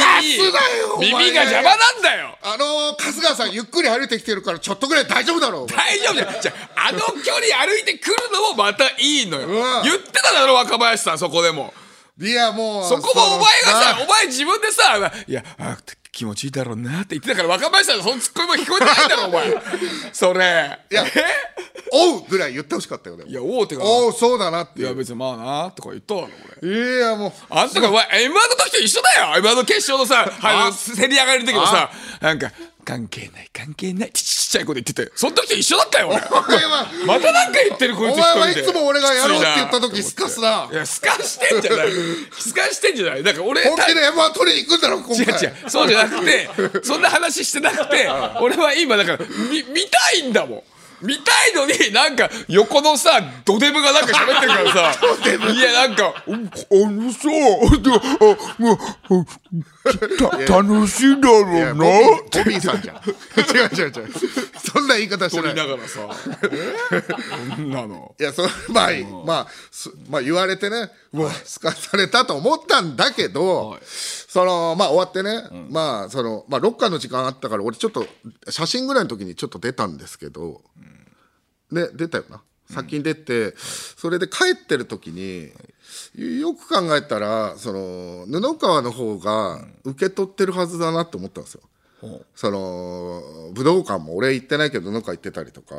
S3: スだよお前
S4: 耳が邪魔なんだよ
S3: あのー、春日さん、ゆっくり歩いてきてるから、ちょっとぐらい大丈夫だろう。
S4: 大丈夫じゃんじゃああの距離歩いてくるのもまたいいのよ
S3: うわ
S4: 言ってただろ若林さんそこでも
S3: いや、もう。
S4: そこもお前がさ
S3: の
S4: お前自分でさ「いやあ気持ちいいだろうな」って言ってたから若林さんのそのツッコミも聞こえてないだろお前それ
S3: いや
S4: え
S3: おうぐらい言ってほしかったよね。
S4: いやおうってか
S3: おう、そうだなって
S4: い
S3: い
S4: や
S3: う。
S4: 別にまあなとか言っただろ俺
S3: いや、もう。
S4: あんたがお前 M1 の時と一緒だよ M1 の決勝 のさあのせり上がりの時もさなんか関係ない関係ないってちっちゃい子で言っててその時と一緒だったよ俺
S3: お前は、
S4: またなんか言ってるこいつ
S3: お
S4: 一人
S3: 前
S4: で
S3: はいつも俺がやろうって言った時、
S4: きつ
S3: す
S4: いな。
S3: かすない
S4: やすかしてんじ ゃないすかしてんじゃないだから俺
S3: 本気で M1 取りに行くんだろ、今
S4: 違う
S3: 回。
S4: 違うそうじゃなくてそんな話してなく て俺は今だから見見たいんだもん見たいのになんか横のさドデブがなんか喋ってるか らさいやなんか「うんあのさであもうた楽しいだろ
S3: いや
S4: う
S3: ボ
S4: な
S3: ビ」ーボビーさんじゃん 違う違う違うそんな言い方してな
S4: 取り
S3: い
S4: ながらさそんなの
S3: いやそまあ、まあすまあ言われてねうわすかされたと思ったんだけど、
S4: はい
S3: そのまあ終わってね、まあそのまあロッカーの時間あったから俺ちょっと写真ぐらいの時にちょっと出たんですけど、で出たよな先に出て、それで帰ってる時に、よく考えたらその布川の方が受け取ってるはずだなって思ったんですよ。その武道館も俺行ってないけど布川行ってたりとか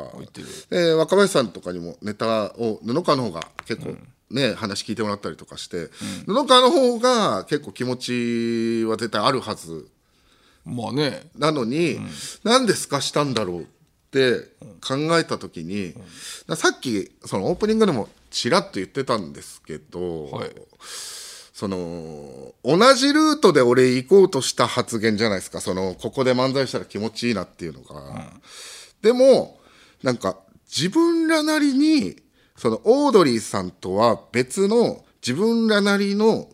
S3: で若林さんとかにもネタを布川の方が結構ね、話聞いてもらったりとかして、布川の方が結構気持ちは絶対あるはず
S4: まあね
S3: なのに、なんで透かしたんだろうって考えた時に、ださっきそのオープニングでもちらっと言ってたんですけど、
S4: はい
S3: その同じルートで俺行こうとした発言じゃないですかそのここで漫才したら気持ちいいなっていうのが、でもなんか自分らなりにそのオードリーさんとは別の自分らなりの、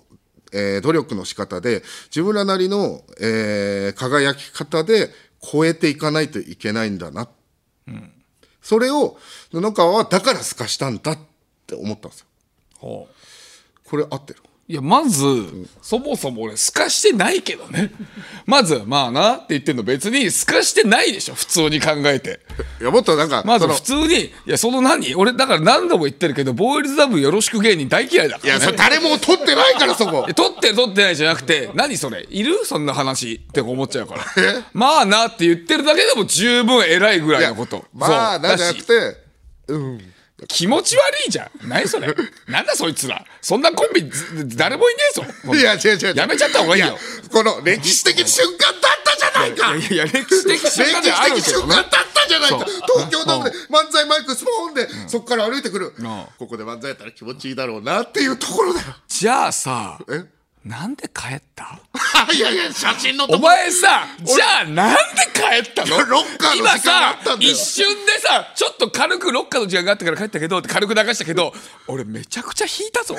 S3: えー努力の仕方で自分らなりの、えー輝き方で超えていかないといけないんだな、それを布川はだから透かしたんだって思ったんですよ
S4: ほう
S3: これ合ってる
S4: いや、まず、そもそも俺、透かしてないけどね。まず、まあなって言ってんの別に透かしてないでしょ、普通に考えて。
S3: いやもっとなんか
S4: まず
S3: その
S4: 普通に、いや、その何俺、だから何度も言ってるけど、ボーイルズダブよろしく芸人大嫌いだか
S3: いや、
S4: ら、ね。
S3: それ誰も取ってないから、そこ
S4: え。撮ってる撮ってないじゃなくて、何それいるそんな話って思っちゃうから。まあなって言ってるだけでも十分偉いぐらいのこと。
S3: まあ、
S4: そう
S3: なんじゃ
S4: だ
S3: な
S4: し
S3: くて、うん。
S4: 気持ち悪いじゃん。何 それなんだそいつら。そんなコンビ、ず誰もいねえぞ。
S3: いや、違う違う違う。
S4: やめちゃった方がいいよ。
S3: この歴史的瞬間だったじゃないか
S4: いやいや、歴史的
S3: 歴
S4: 瞬間ではあ
S3: 史
S4: る
S3: 的
S4: けど
S3: 瞬
S4: ね
S3: 間だったじゃないか
S4: そう
S3: 東京ドームで漫才マイクスマホで、そこから歩いてくる、
S4: ん
S3: ここで漫才やったら気持ちいいだろうなっていうところだよ
S4: じゃあさ
S3: え
S4: なんで帰った
S3: いやいや写真の
S4: お
S3: とこ
S4: 前さじゃあなんで帰ったの
S3: ロッカーの
S4: 今
S3: 時間あ
S4: さ
S3: ったんだよ
S4: 一瞬でさちょっと軽くロッカーの時間があったから帰ったけどって軽く流したけど俺めちゃくちゃ引いたぞ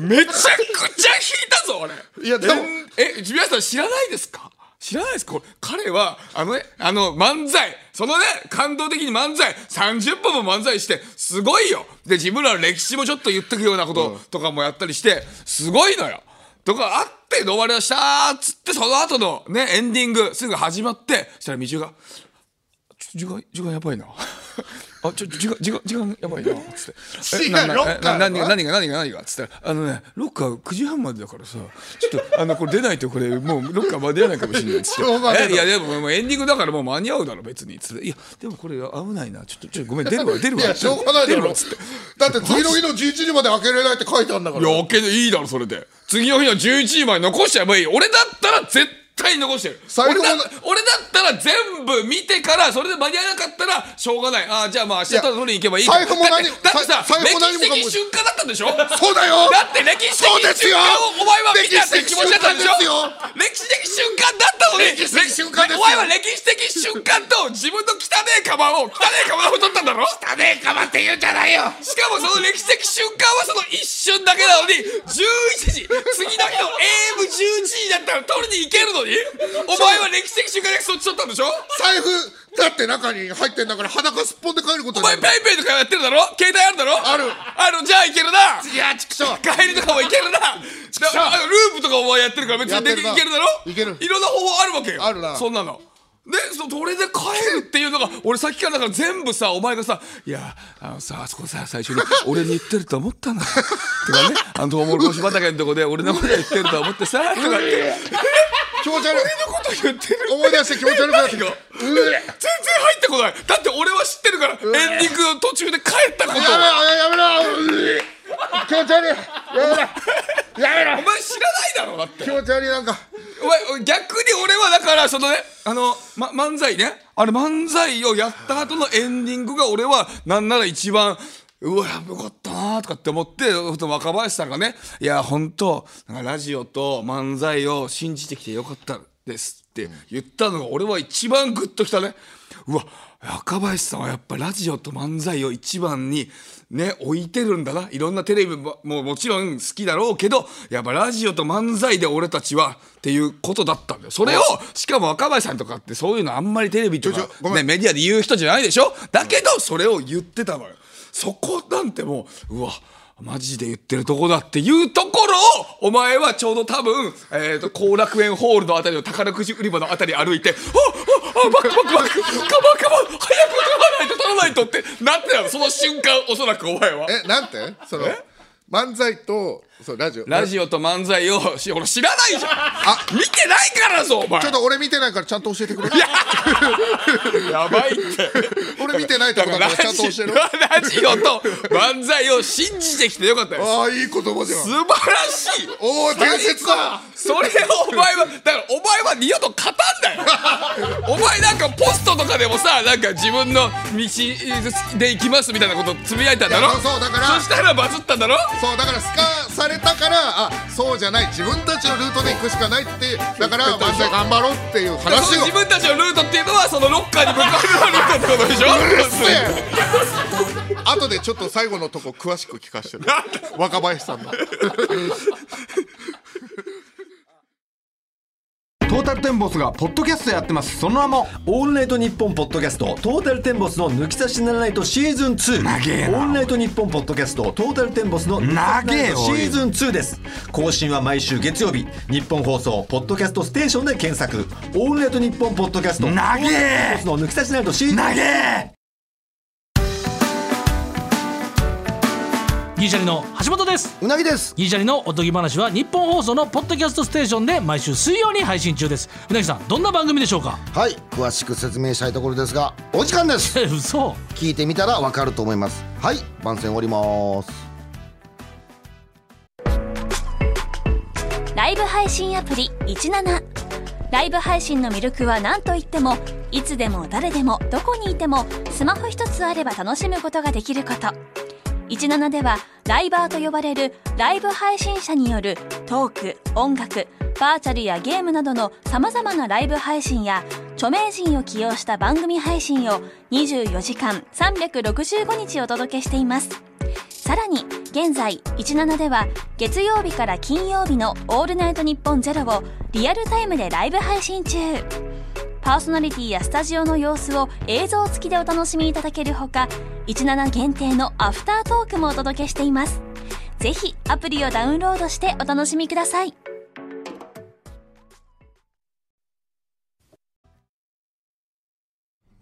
S4: めちゃくちゃ引いたぞ俺
S3: いやでも
S4: ええ皆さん知らないですか知らないですこれ彼はあのねあの漫才そのね感動的に漫才30分も漫才してすごいよで自分らの歴史もちょっと言ってくようなこととかもやったりしてすごいのよとかあって飲まれましたーっつってその後のねエンディングすぐ始まってそしたら道夫が「ちょ時間時間やばいな」あちょ時間時間時間やばいなつって
S3: 違う
S4: なな
S3: ロッカー
S4: な何が何が何が何がつったらあのねロッカー9時半までだからさちょっとあのこれ出ないとこれもうロッカー間に合わないかもしれないつっ
S3: しょうがねえ
S4: て
S3: ない
S4: やでももうエンディングだからもう間に合うだろ別につっていやでもこれ危ないなちょっとちょっとごめん出るわ出る
S3: い
S4: わ
S3: やしょうがないだ
S4: 出る
S3: ろ
S4: わつって
S3: だって次の日の11時まで開けれないって書いてあるんだから
S4: いや、けどいいだろ、それで。次の日の11時まで残しちゃえばいい。俺だったら絶対残してる。
S3: 最
S4: 俺
S3: 高
S4: だ
S3: の
S4: 俺だったら全部見てから、それで間に合わなかったら、しょうがない。ああ、じゃあまあ明日ただ取りに行けばいいか。
S3: 財布も何
S4: だってだってさ、
S3: 財財布
S4: 歴
S3: も何
S4: 史
S3: もかも
S4: 的瞬間だったんでしょ
S3: そうだよ
S4: だって歴史
S3: そうで
S4: 的
S3: す
S4: 瞬
S3: よ
S4: 間をお前は見たって気持ちだったんでしょ歴
S3: 歴
S4: 史的瞬間だったのに
S3: 歴史的瞬間ですよ
S4: お前は歴史的瞬間と自分の汚えカバンを汚えカバンを取ったんだろ汚えカバンって言うんじゃないよしかもその歴史的瞬間はその一瞬だけなのに11時次の日の AM11 時だったら取りに行けるのにお前は歴史的瞬間だけそっち取ったんでしょ
S3: 財布だって中に入ってんだから裸すっぽんで帰ること
S4: お
S3: にな
S4: 前
S3: る
S4: ペイペイとかやってるだろ携帯あるだろ
S3: ある
S4: あるじゃあいけるない
S3: やちくしょう
S4: 帰りとかもいけるなだ
S3: しゃ
S4: あループとかお前やってるから別
S3: や
S4: に
S3: ってる
S4: でき
S3: ない
S4: けるだろ
S3: いける
S4: いろんな方法あるわけよ
S3: あるな
S4: そんなのでそそれで帰るっていうのが 俺さっきからだから全部さお前がさ「いやあのさあそこさ最初に 俺に言ってると思ったんだ」とかね「あのトウモロコシ畑のとこで俺のこと言ってると思ってさ」とかって
S3: 気持ち悪い
S4: 俺のこと言ってる
S3: 思い出して気持ち悪くなってきた
S4: 何が全然入ってこないだって俺は知ってるからエンディングの途中で帰ったことを
S3: やめろやめろうえ気持ち悪いやめろやめろ
S4: お前知らないだろだって
S3: 気持ち悪いなんか
S4: お前おい逆に俺はだからそのねあの、ま、漫才ねあれ漫才をやった後のエンディングが俺はなんなら一番うわよかったなとかって思ってふと若林さんがね「いや本当なんかラジオと漫才を信じてきてよかったです」って言ったのが俺は一番グッときたねうわ若林さんはやっぱラジオと漫才を一番にね置いてるんだないろんなテレビもももちろん好きだろうけどやっぱラジオと漫才で俺たちはっていうことだったんだよそれをしかも若林さんとかってそういうのあんまりテレビと
S3: ちょち
S4: か
S3: ょご、めん
S4: ね、メディアで言う人じゃないでしょだけどそれを言ってたのよそこなんてもううわマジで言ってるとこだっていうところをお前はちょうど多分えーと後楽園ホールのあたりの宝くじ売り場のあたり歩いて「あああバックバックバックカバンカバン早く取らないと取らないと」ってなってたのその瞬間おそらくお前は。
S3: えなんてその漫才とそうラジオ
S4: ラジオと漫才をし俺知らないじゃんあ見てないからぞお前
S3: ちょっと俺見てないからちゃんと教えてくれ
S4: やばいって
S3: 俺見てないってことだからちゃんと教えろ
S4: ラジオと漫才を信じてきてよかったです
S3: ああいい言葉じゃん
S4: 素晴らしい
S3: おお伝説だ
S4: それをお前はだからお前は二度と勝たんだよ お前なんかポストとかでもさなんか自分の道で行きますみたいなことつぶやいたんだろ
S3: いやそうだから
S4: そしたらバズったんだろ
S3: そうだからスカされたからあそうじゃない自分たちのルートで行くしかないってだから漫才頑張ろうっていう
S4: だからそ
S3: 話
S4: の
S3: を
S4: 自分たちのルートっていうのはそのロッカーに向かうルートってこと でしょ
S3: で後でちょっと最後のとこ詳しく聞かせてね若林さんの
S6: トータルテンボスがポッドキャストやってますその名も
S7: オールナイトニッポンポッドキャストトータルテンボスの抜き差しならないとシーズン2
S6: えな
S7: オールナイトニッポンポッドキャストトータルテンボスの抜き差しならないとシーズン2です更新は毎週月曜日日本放送ポッドキャストステーションで検索オールナイトニッポンポッドキャスト
S6: なげえ
S7: の抜き差しならないとシーズン
S6: なげえ
S8: ギリシャリの橋本です
S6: うなぎです
S8: ギリシャリのおとぎ話は日本放送のポッドキャストステーションで毎週水曜に配信中ですうなぎさんどんな番組でしょうか
S9: はい詳しく説明したいところですがお時間です
S8: え嘘
S9: 聞いてみたらわかると思いますはい番宣終わります
S1: ライブ配信アプリ17ライブ配信の魅力は何といってもいつでも誰でもどこにいてもスマホ一つあれば楽しむことができること17ではライバーと呼ばれるライブ配信者によるトーク音楽バーチャルやゲームなどのさまざまなライブ配信や著名人を起用した番組配信を24時間365日お届けしていますさらに現在17では月曜日から金曜日の「オールナイトニッポンゼロをリアルタイムでライブ配信中パーソナリティやスタジオの様子を映像付きでお楽しみいただけるほか17限定のアフタートークもお届けしていますぜひアプリをダウンロードしてお楽しみください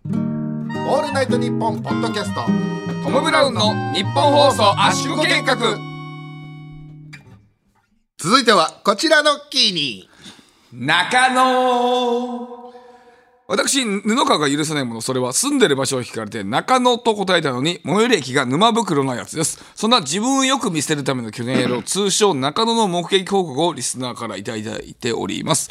S3: オールナイトニッポンポッドキャスト
S4: トム・ブラウンの日本放送圧縮計画
S3: 続いてはこちらのキーに
S4: 中野私、布川が許せないもの、それは住んでる場所を聞かれて中野と答えたのに、最寄り駅が沼袋のやつです。そんな自分をよく見せるための巨言野郎、通称中野の目撃報告をリスナーからいただいております。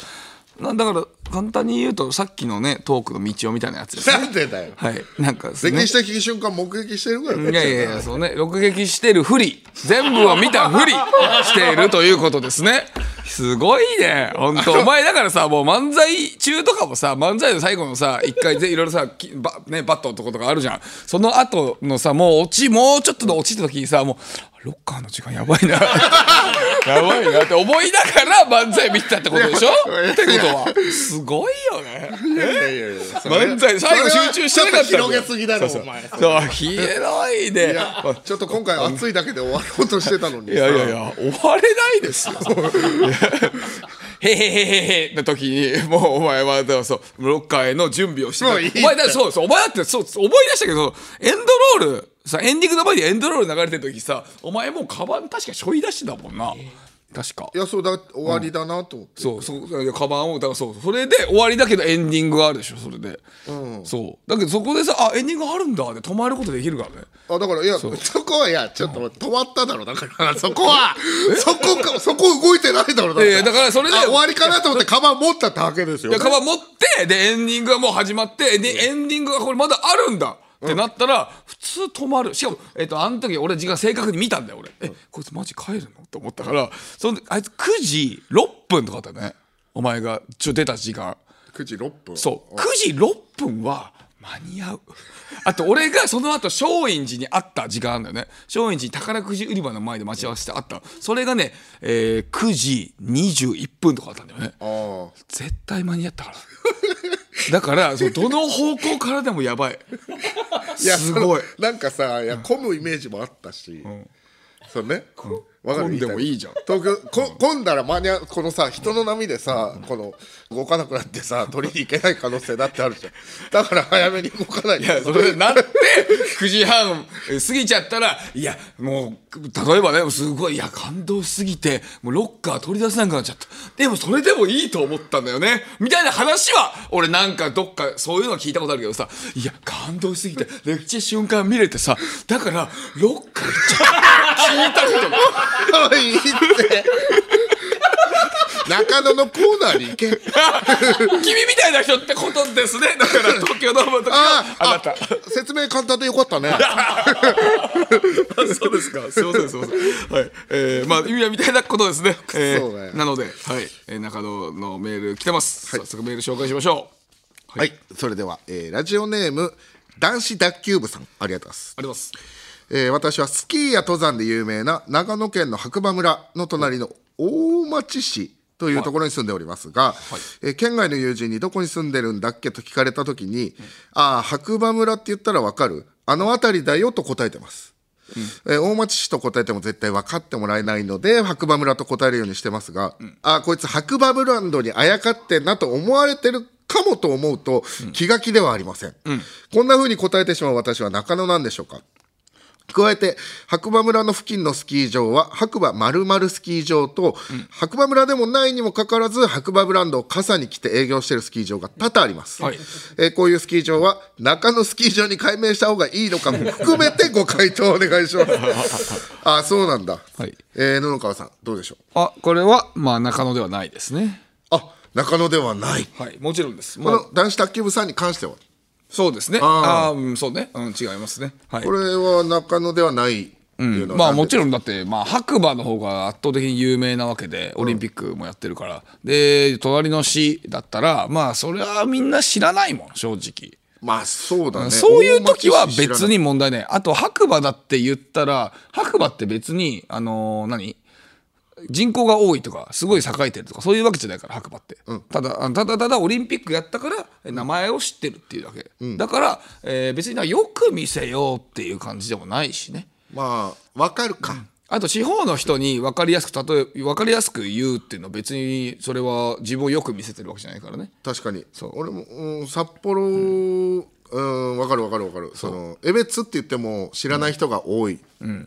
S4: なだから、簡単に言うと、さっきのね、トークの道をみたいなやつです ね。
S3: なんでだよ
S4: はい。なんかです
S3: 歴
S4: ね
S3: 史。的瞬間目撃してるからね
S4: いやいやいや、そうね、録撃してるふり、全部を見たふりしているということですね。すごいね、本当お前だからさ、もう漫才中とかもさ、漫才の最後のさ、一回ぜ、いろいろさ、きば、ね、バットのとことかあるじゃん。その後のさ、もう落ち、もうちょっとの落ちた時にさ、もう、ロッカーの時間やばいな。やばいなって思いながら漫才見てたってことでしょってことは。すごいよね。漫才、最後集中してなかったんだ
S3: ちょ
S4: よ
S3: っと広げすぎだろお前
S4: そう、ひえないで。い
S3: ちょっと今回暑いだけで終わろうとしてたのにさ
S4: やいやいや、終われないで すよ。へへへへへの時に、もうお前は、だからそう、ロッカーへの準備をして
S3: もういいって
S4: お前だ、そうそう、お前だって、そう、思い出したけど、エンドロール、さ、エンディングの前にエンドロール流れてる時さ、お前もうカバン確かしょい出してたもんな。確か
S3: い。やそうだ終わりだなと思って、
S4: そうそういやカバンをだからそうそれで終わりだけどエンディングがあるでしょそれで、そうだけどそこでさあエンディングあるんだで止まることできるからね
S3: あだからいやそこはいやちょっと待って止まっただろだからそこはそこかそこ動いてないだろだって
S4: いやいやだからそれで
S3: あ終わりかなと思ってカバン持っただけですよ
S4: いや、カバン持って、で、エンディングがもう始まって、で、エンディングがこれまだあるんだってなったら、普通止まる。しかも、えっと、あの時俺時間正確に見たんだよ、俺。え、こいつマジ帰るのって思ったから、その時あいつ9時6分とかだったよね。お前が、ちょ、出た時間。
S3: 9時6分
S4: そう。9時6分は、間に合う。あと、俺がその後、松陰寺に会った時間あるんだよね。松陰寺宝くじ売り場の前で待ち合わせて会った。それがね、えー9時21分とかだったんだよね。
S3: あ
S4: 絶対間に合ったから。だから、そうどの方向からでもやばい。
S3: いや
S4: すごい。
S3: そのなんかさいや混むイメージもあったし、そうね、わかる
S4: 混んでもいいじゃん
S3: 東京こ混んだら間に合うこのさ人の波でさ、この動かなくなってさ取りに行けない可能性だってあるじゃんだから早めに動か ないいや
S4: それでなって、9時半え過ぎちゃったら、いや、もう、例えばね、すごい、いや、感動しすぎて、もうロッカー取り出せなくなっちゃった。でも、それでもいいと思ったんだよね。みたいな話は、俺なんかどっか、そういうのは聞いたことあるけどさ、いや、感動しすぎて、歴史瞬間見れてさ、だから、ロッカー行っちゃった。聞いたことない。
S3: いいって中野のコーナーに 行け
S4: 君みたいな人ってことですね。だから、東京ドームの時は
S3: あ、
S4: あなた。
S3: 説明簡単でよかった ね
S4: そうですか。すいません、すいません。はい。えー、まあ、意味はみたいなことですね。え
S3: そうだよ
S4: ー、なので、はい。えー、中野のメール来てます。早速メール紹介しましょう。
S3: はい、それでは、えーラジオネーム男子卓球部さんありがとうございます
S4: あります。
S3: えー私はスキーや登山で有名な長野県の白馬村の隣の大町市というところに住んでおりますが、えー県外の友人にどこに住んでるんだっけと聞かれた時に、ああ白馬村って言ったらわかるあの辺りだよと答えてます、えー大町市と答えても絶対分かってもらえないので白馬村と答えるようにしてますが、ああこいつ白馬ブランドにあやかってんなと思われてるかもと思うと気が気ではありません、こんな風に答えてしまう私は中野なんでしょうか加えて白馬村の付近のスキー場は白馬まるまるスキー場と、白馬村でもないにもかかわらず白馬ブランドを傘に着て営業しているスキー場が多々あります、
S4: はい
S3: えーこういうスキー場は中野スキー場に改名した方がいいのかも含めてご回答お願いしますあそうなんだ、
S4: はい
S3: えー布川さんどうでしょう
S4: あ、これは、まあ、中野ではないですね。
S3: あ中野ではない
S4: はい。もちろんです。
S3: こ
S4: も
S3: の
S4: う、
S3: 男子卓球部さんに関しては
S4: そうですね。ああー、うん、そうね。うん、違いますね。はい。
S3: これは中野ではないいうのは
S4: まあ
S3: なんで
S4: もちろんだって、まあ、白馬の方が圧倒的に有名なわけでオリンピックもやってるから、で隣の市だったらまあそれはみんな知らないもん正直、
S3: まあそうだね
S4: そういう時は別に
S3: 大
S4: 問題ないあと白馬だって言ったら白馬って別にあのー何人口が多いとかすごい栄えてるとかそういうわけじゃないから白馬って、ただあのただただオリンピックやったからえ名前を知ってるっていうだけ、だから、えー別になよく見せようっていう感じでもないしね
S3: 町知らないまあわかるか、
S4: あと地方の人に分かりやすく例え分かりやすく言うっていうのは別にそれは自分をよく見せてるわけじゃないからね
S3: 確かに
S4: そう
S3: 俺も、うん、札幌うんわかるわかるわかるその江別って言っても知らない人が多い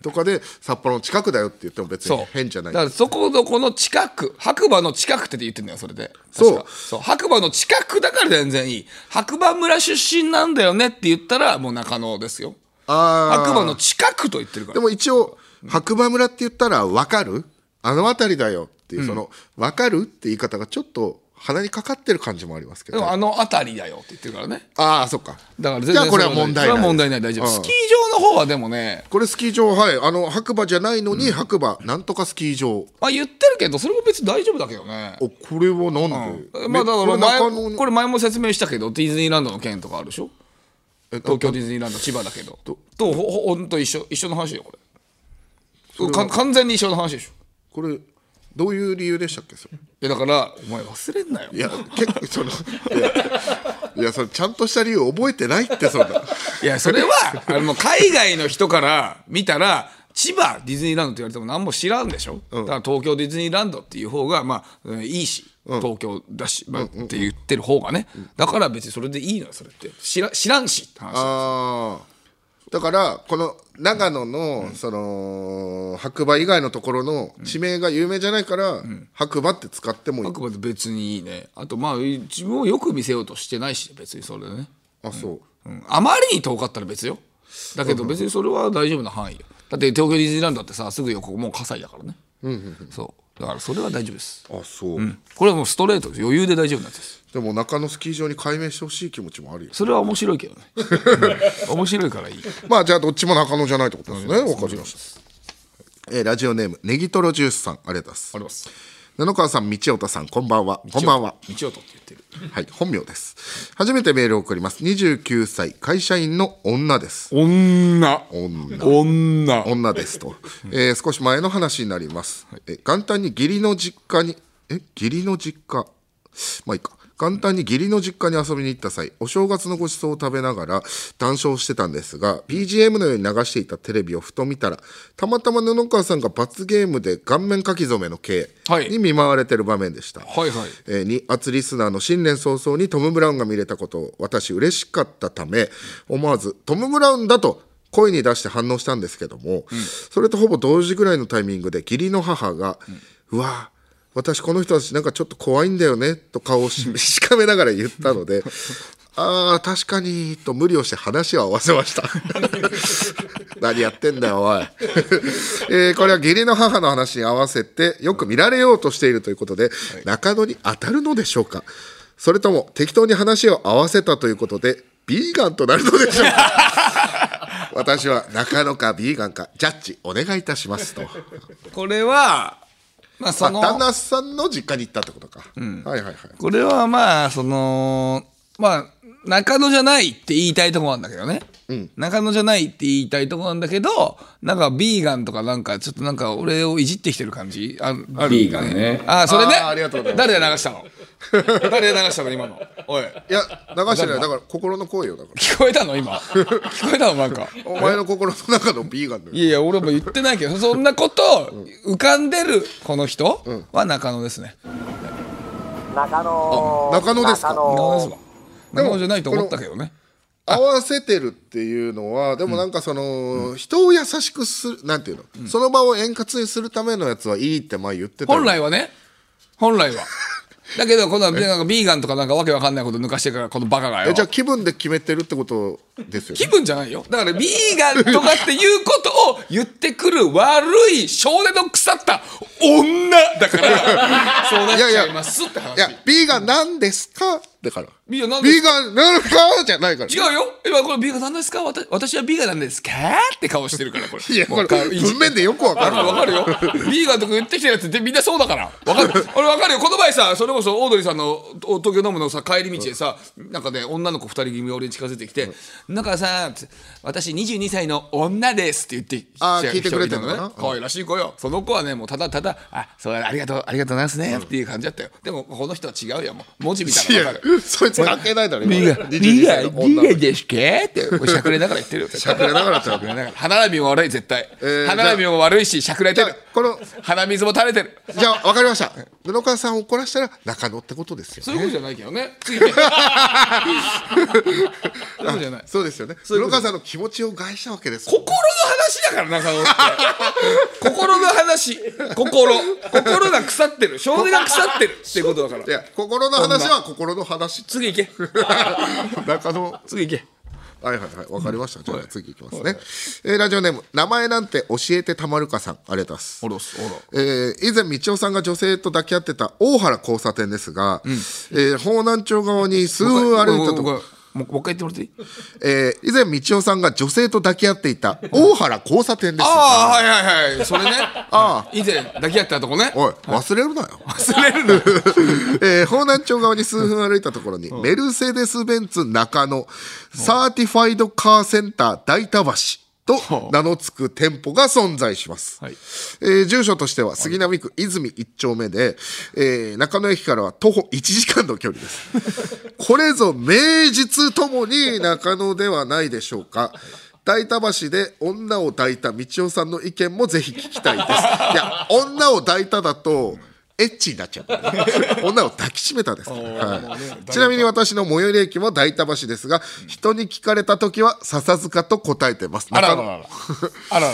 S3: とかで、札幌の近くだよって言っても別に
S4: そう
S3: 変じゃない
S4: だからそこのこの近く白馬の近くって言ってんだよそれで
S3: そう
S4: 確かそう白馬の近くだから全然いい白馬村出身なんだよねって言ったらもう中野ですよ
S3: あー
S4: 白馬の近くと言ってるから
S3: でも一応白馬村って言ったら分かるあの辺りだよっていう、その分かるって言い方がちょっと鼻にかかってる感じもありますけ
S4: で
S3: ど
S4: も
S3: あ
S4: あの辺りだよって言ってるからね
S3: あーそっか
S4: だから全
S3: じゃ
S4: 然
S3: あこれは問題
S4: そ
S3: な
S4: れ
S3: い
S4: は問題ない大丈夫、
S3: うん
S4: スキー場の方はでもね
S3: これスキー場はいあの白馬じゃないのに、白馬なんとかスキー場
S4: まあ言ってるけどそれも別に大丈夫だけどね
S3: おこれはなんで、
S4: まあだから
S3: 中
S4: 前こ
S3: 野
S4: れ
S3: に
S4: 前も説明したけどディズニーランドの件とかあるでしょ
S3: えっと
S4: 東京ディズニーランド千葉だけどとほほほんと一緒一緒の話よこれか完全に一緒の話でしょ
S3: これどういう理由でしたっけそれ
S4: いやだからお前忘れんなよ
S3: いや結構そのいやいやそのちゃんとした理由覚えてないってそん ない
S4: やそれは あの海外の人から見たら千葉ディズニーランドって言われても何も知らんでしょ、だから東京ディズニーランドっていう方がまあうんいいし、東京だし、まあって言ってる方がね、だから別にそれでいいのよそれって知ら知らんしって話
S3: あーだからこの長野のその白馬以外のところの地名が有名じゃないから白馬って使ってもいい
S4: あくまで別にいいねあとまあ自分をよく見せようとしてないし別にそれね、
S3: あそう
S4: うん、あまりに遠かったら別よだけど別にそれは大丈夫な範囲よだって東京ディズニーランドだってさすぐ横もう葛西だからね、そうだからそれは大丈夫です
S3: あそう
S4: これはもうストレートです余裕で大丈夫なんです
S3: でも中野スキー場に改名してほしい気持ちもあるよ
S4: それは面白い けどねうん面白いからいい
S3: まあじゃあどっちも中野じゃないってことですねわかりましたえーラジオネームネギトロジュースさんありがとうございます
S4: あります
S3: 布川さん道太さんこんばんはこんばんは
S4: 道をとって言ってる
S3: はい、本名です。初めてメールを送ります。29歳、会社員の女です。
S4: 女
S3: 女
S4: 女
S3: 女ですと、えー少し前の話になります、え簡単に義理の実家にえ義理の実家まあいいか簡単に義理の実家に遊びに行った際お正月のご馳走を食べながら談笑してたんですが BGM のように流していたテレビをふと見たらたまたま布川さんが罰ゲームで顔面書き初めの刑
S4: はい
S3: に見舞われてる場面でした、
S4: はいはい
S3: えーに初リスナーの新年早々にトム・ブラウンが見れたことを私嬉しかったため思わずトム・ブラウンだと声に出して反応したんですけども、それとほぼ同時ぐらいのタイミングで義理の母が「うわー私この人たちなんかちょっと怖いんだよね」と顔をし しかめながら言ったので「あー確かに」と無理をして話を合わせ ました何やってんだよおい、 えーこれは義理の母の話に合わせてよく見られようとしているということで、中野に当たるのでしょうかそれとも適当に話を合わせたということでビーガンとなるのでしょう か私は中野かビーガンかジャッジお願いいたしますと
S4: これはまあそ
S3: あ
S4: の
S3: 旦那さんの実家に行ったってことか、はいはいはい
S4: これはまあそのまあ中野じゃないって言いたいとこなんだけどね、中野じゃないって言いたいとこなんだけどなんかビーガンとかなんかちょっとなんか俺をいじってきてる感じあある
S10: ビーガンね
S4: ああそれね
S3: あーありがとうござい
S4: 誰が流したの 誰が流したの今のおい
S3: いや流してないだから心の声よだから
S4: 聞こえたの今聞こえたのなんか
S3: お前の心の中のビーガンだよ
S4: いやいや俺も言ってないけどそんなこと浮かんでるこの人は中野ですね
S11: 中野
S3: 中野ですか
S4: 中野ですわ
S3: でも
S4: 中野じゃないと思ったけどね
S3: 合わせてるっていうのはでもなんかその、人を優しくするなんていうの、その場を円滑にするためのやつはいいって前言ってたよ
S4: 本来はね本 来はだけどこのなんかビーガンとかなんかわけわかんないこと抜かしてからこのバカがよ
S3: えじゃあ気分で決めてるってことですよ
S4: 気
S3: ね
S4: 分じゃないよだからビーガンとかっていうことを言ってくる悪い少年の腐った女だから そうなっちゃいますって話
S3: いや、B が何ですかだから。
S4: B が何です
S3: B が何ですかじゃないから。
S4: 違うよ今これ B が何ですかわた私は B が何ですかって顔してるからこれ
S3: いや、これ、
S4: もう一回
S3: 文面でよくわか
S4: あ
S3: る
S4: る。わかるよ B がとか言ってきたやつってみんなそうだからわかる 俺わかるよこの前さそれこそオードリーさんのお東京飲むのさ帰り道でさなんかね女の子2人組が俺に近づいてきて「なんかさ私22歳の女です」って言って
S3: あー
S4: 来
S3: 聞いてくれてんのかな
S4: 人がいた可愛らしい子よその子はねもうただただ「あそうありがとうありがとうございますね」っていう感じだったよでもこの人は違うよもう文字みたい
S3: い
S4: なの
S3: や
S4: わかる、
S3: そいつ関係ないだろ、今
S4: リーガ、リ
S3: 22歳の
S4: ーガ、リ
S3: 女の
S4: ーガ
S3: 子
S4: ですか って、しゃくれながら言ってるよ。 しゃ
S3: くれながらって
S4: ゃくれながら。歯並びも悪い、絶対。
S3: ー
S4: 歯並びも悪いし、しゃくれて
S3: じゃあ
S4: る。
S3: この、
S4: 鼻水も垂れてる。
S3: じゃあ、わかりました。布川さんを怒らしたら、中野ってことですよ。
S4: そういうことじゃないけどね。ついて。そういうことじゃない。
S3: そうですよね。布川さんの気持ちを害したわけです。
S4: 心の話だからな、中野 って。心の話。心。心が腐ってる。性根が腐ってる。っていうことだか
S3: い
S4: ら。
S3: や、心の話は心の 話。
S4: 次行け。
S3: 中野。
S4: 次行け。
S3: はいはいはい、わかりました。じゃあ次いきますね。えーラジオネーム、名前なんて教えてたまるかさん、ありがとうございます。
S4: おろす、おろ。
S3: えー以前、道夫さんが女性と抱き合ってた大原交差点ですが、えー方南町側に数分歩いたとこ
S4: もうもう一回言ってもらっていい
S3: えー以前、道夫さんが女性と抱き合っていた大原交差点ですが、
S4: ああ、はいはいはい。それね。
S3: あ
S4: 以前抱き合ってたとこね。
S3: おい、忘れるなよ。
S4: 忘れるのよ。
S3: えー、方南町側に数分歩いたところに、メルセデス・ベンツ中野、サーティファイドカーセンター大田橋。と名の付く店舗が存在します、
S4: はい
S3: えー住所としては杉並区泉1丁目で、えー中野駅からは徒歩1時間の距離ですこれぞ名実ともに中野ではないでしょうか大田橋で女を抱いた道夫さんの意見もぜひ聞きたいですいや女を抱いただとエッチになっちゃうからね女を抱きしめたですから、はい、ちなみに私の最寄り駅も大田橋ですが人に聞かれた時は笹塚と答えてます
S4: あららら
S3: 中野
S4: ら。あららら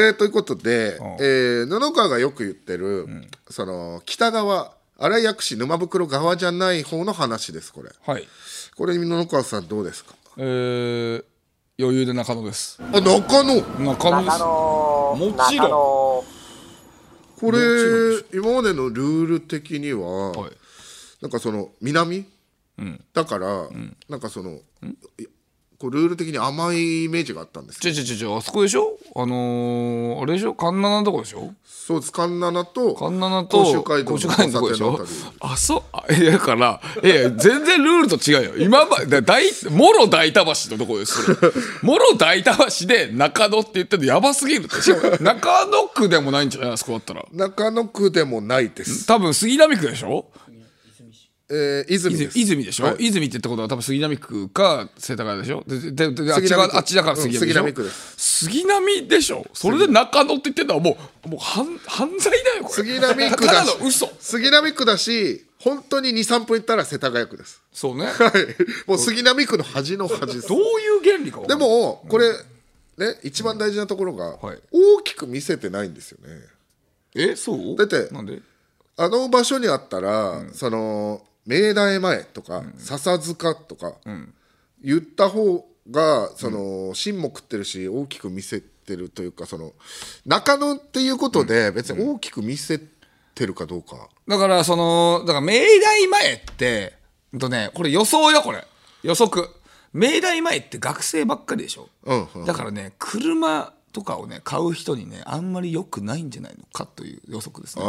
S4: ら。
S3: えーということで、えー布川がよく言ってる、その北側荒井薬師沼袋側じゃない方の話ですこれ
S4: はい。
S3: これ布川さんどうですか
S4: えー、余裕で中野です。
S3: あ中野
S4: 中野です。
S11: 野
S4: もちろん
S11: ろ
S3: これ
S4: もちろんで
S3: 今までのルール的には、
S4: はい
S3: なんかその南、だから、なんかその、いこうルール的に甘いイメージがあったんですけど
S4: ちょちょちょちょ、あそこでしょあのー、あれでしょカンナナのとこでしょ
S3: そうですカンナナと
S4: カンナナと
S3: 甲州街道の
S4: 甲州街道のとこでし
S3: 交差点のあ
S4: ょ
S3: たり
S4: あ、そう。あいや、だから、いやいや、全然ルールと違うよ。今まで、大、もろ大田橋のとこ です。それもろ大田橋で中野って言ってるのやばすぎるって。しかも中野区でもないんじゃないあそこだったら。
S3: 中野区でもないです、
S4: 多分杉並区でしょ
S3: えー、泉
S4: 泉
S3: です
S4: 泉でしょ、
S3: はい
S4: 泉ってってことは多分杉並区か世田谷でしょでででであっち
S3: 杉並区
S4: があっちだから杉並で
S3: う
S4: しょ、
S3: ん杉並区です
S4: 杉並でしょそれで中野って言ってんのはもうもう犯犯罪だよこれ
S3: 杉並区だ
S4: ただ
S3: し
S4: の嘘
S3: 杉並区だし本当に23分行ったら世田谷区です
S4: そうね
S3: はいもう杉並区の端の端です
S4: どういう原理か分か
S3: で
S4: んない
S3: もこれね一番大事なところが
S4: はい
S3: 大きく見せてないんですよね
S4: えそう
S3: だって
S4: なんで
S3: あの場所にあったらその明大前とか笹塚とか言った方がその芯も食ってるし大きく見せてるというかその中野っていうことで別に大きく見せてるかどうか
S4: だからそのだから明大前ってうんとねこれ予想よこれ予測明大前って学生ばっかりでしょ、
S3: うんうん
S4: だからね車とかをね買う人にねあんまり良くないんじゃないのかという予測ですね
S3: あ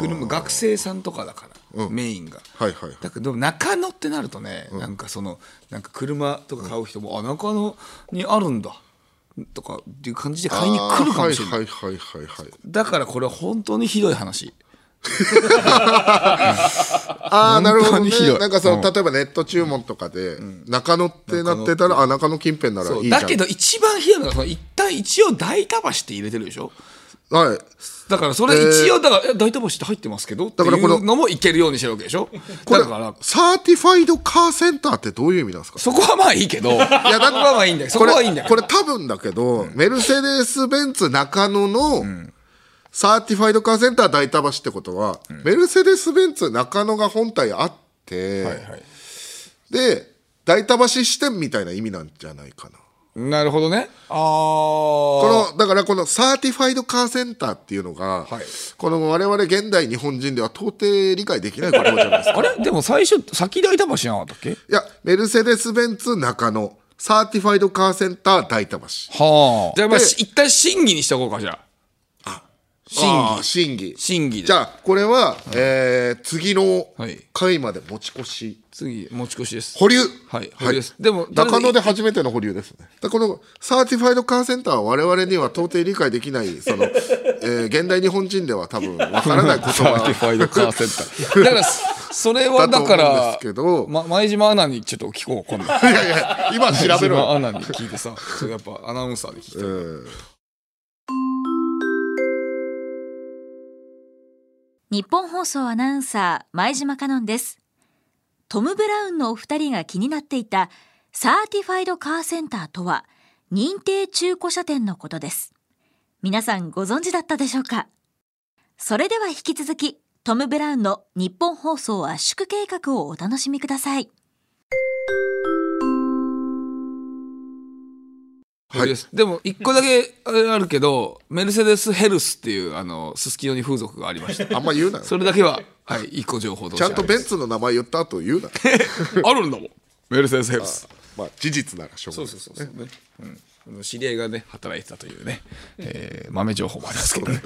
S3: ー
S4: 車学生さんとかだから、メインが、
S3: はいはいはい
S4: だけど中野ってなるとね、なんかそのなんか車とか買う人も、あ中野にあるんだとかっていう感じで買いに来るかもしれない、
S3: あーはいはいはいはいはい
S4: だからこれ本当にひどい話
S3: ああなるほど
S4: 本当にひど
S3: ね
S4: い
S3: なんかその、
S4: うん
S3: 例えばネット注文とかで、中野ってなってたらあ中野近辺ならいいじゃん
S4: だけど一番ひどいのがその一旦一応大田橋って入れてるでしょ
S3: はい
S4: だからそれ一応だから、え大田橋って入ってますけどって
S3: だから
S4: い
S3: この
S4: うのもいけるようにしてるわけでしょ
S3: これ
S4: だから
S3: サーティファイドカーセンターってどういう意味なんですか
S4: そこはまあいいけどいや
S3: い
S4: そ
S3: だっ
S4: こ
S3: て
S4: はまあいいんだよそこはいいんだよ
S3: これこれ多分だけど、メルセデス・ベンツ中野の、サーティファイドカーセンター大田橋ってことは、メルセデス・ベンツ中野が本体あって、
S4: はいはい
S3: で大田橋支店みたいな意味なんじゃないかな
S4: なるほどねああ
S3: このだからこのサーティファイドカーセンターっていうのが、この我々現代日本人では到底理解できない言葉じゃないですか
S4: あれでも最初先大田橋じゃなかったっけ
S3: いやメルセデス・ベンツ中野サーティファイドカーセンター大田橋
S4: はあじゃあまあ
S3: で
S4: 一旦審議にしておこうかじゃあ
S3: あ
S4: 審
S3: ー審議
S4: 議審議で
S3: じゃあこれは、えー次の
S4: はい
S3: 回まで持ち越し
S4: 次持ち越しです
S3: 保留
S4: はい保留ですでも
S3: 中野で初めての保留ですねだからこのサーティファイドカーセンターは我々には到底理解できない その、えー現代日本人では多分わからない言
S4: サーティフ
S3: 葉
S4: ァイドカーセンターだからそそれはだ
S3: だ
S4: か
S3: と思うんです
S4: ら
S3: けど
S4: ま、前島アナにちょっと聞こう今度
S3: いやいや今調べ
S4: 前島
S3: ろ
S4: アナに聞いてさそれやっぱアナウンサーで聞いて
S3: うん
S1: 日本放送アナウンサー前島香音ですトム・ブラウンのお二人が気になっていたサーティファイドカーセンターとは認定中古車店のことです皆さんご存知だったでしょうかそれでは引き続きトム・ブラウンの日本放送圧縮計画をお楽しみください
S3: はい
S4: 保留ですでも一個だけあれあるけどメルセデスヘルスっていうあのススキノに風俗がありました
S3: あんま言うなよ
S4: それだけは、はい、一個情報とし
S3: ち
S4: て
S3: ゃんとベンツの名前言った後言うな
S4: あるんだもんメルセデスヘルス
S3: まあ事実ならしょうがない
S4: そうそうね、うん、知り合いがね働いてたというね、えー豆情報もありますけどね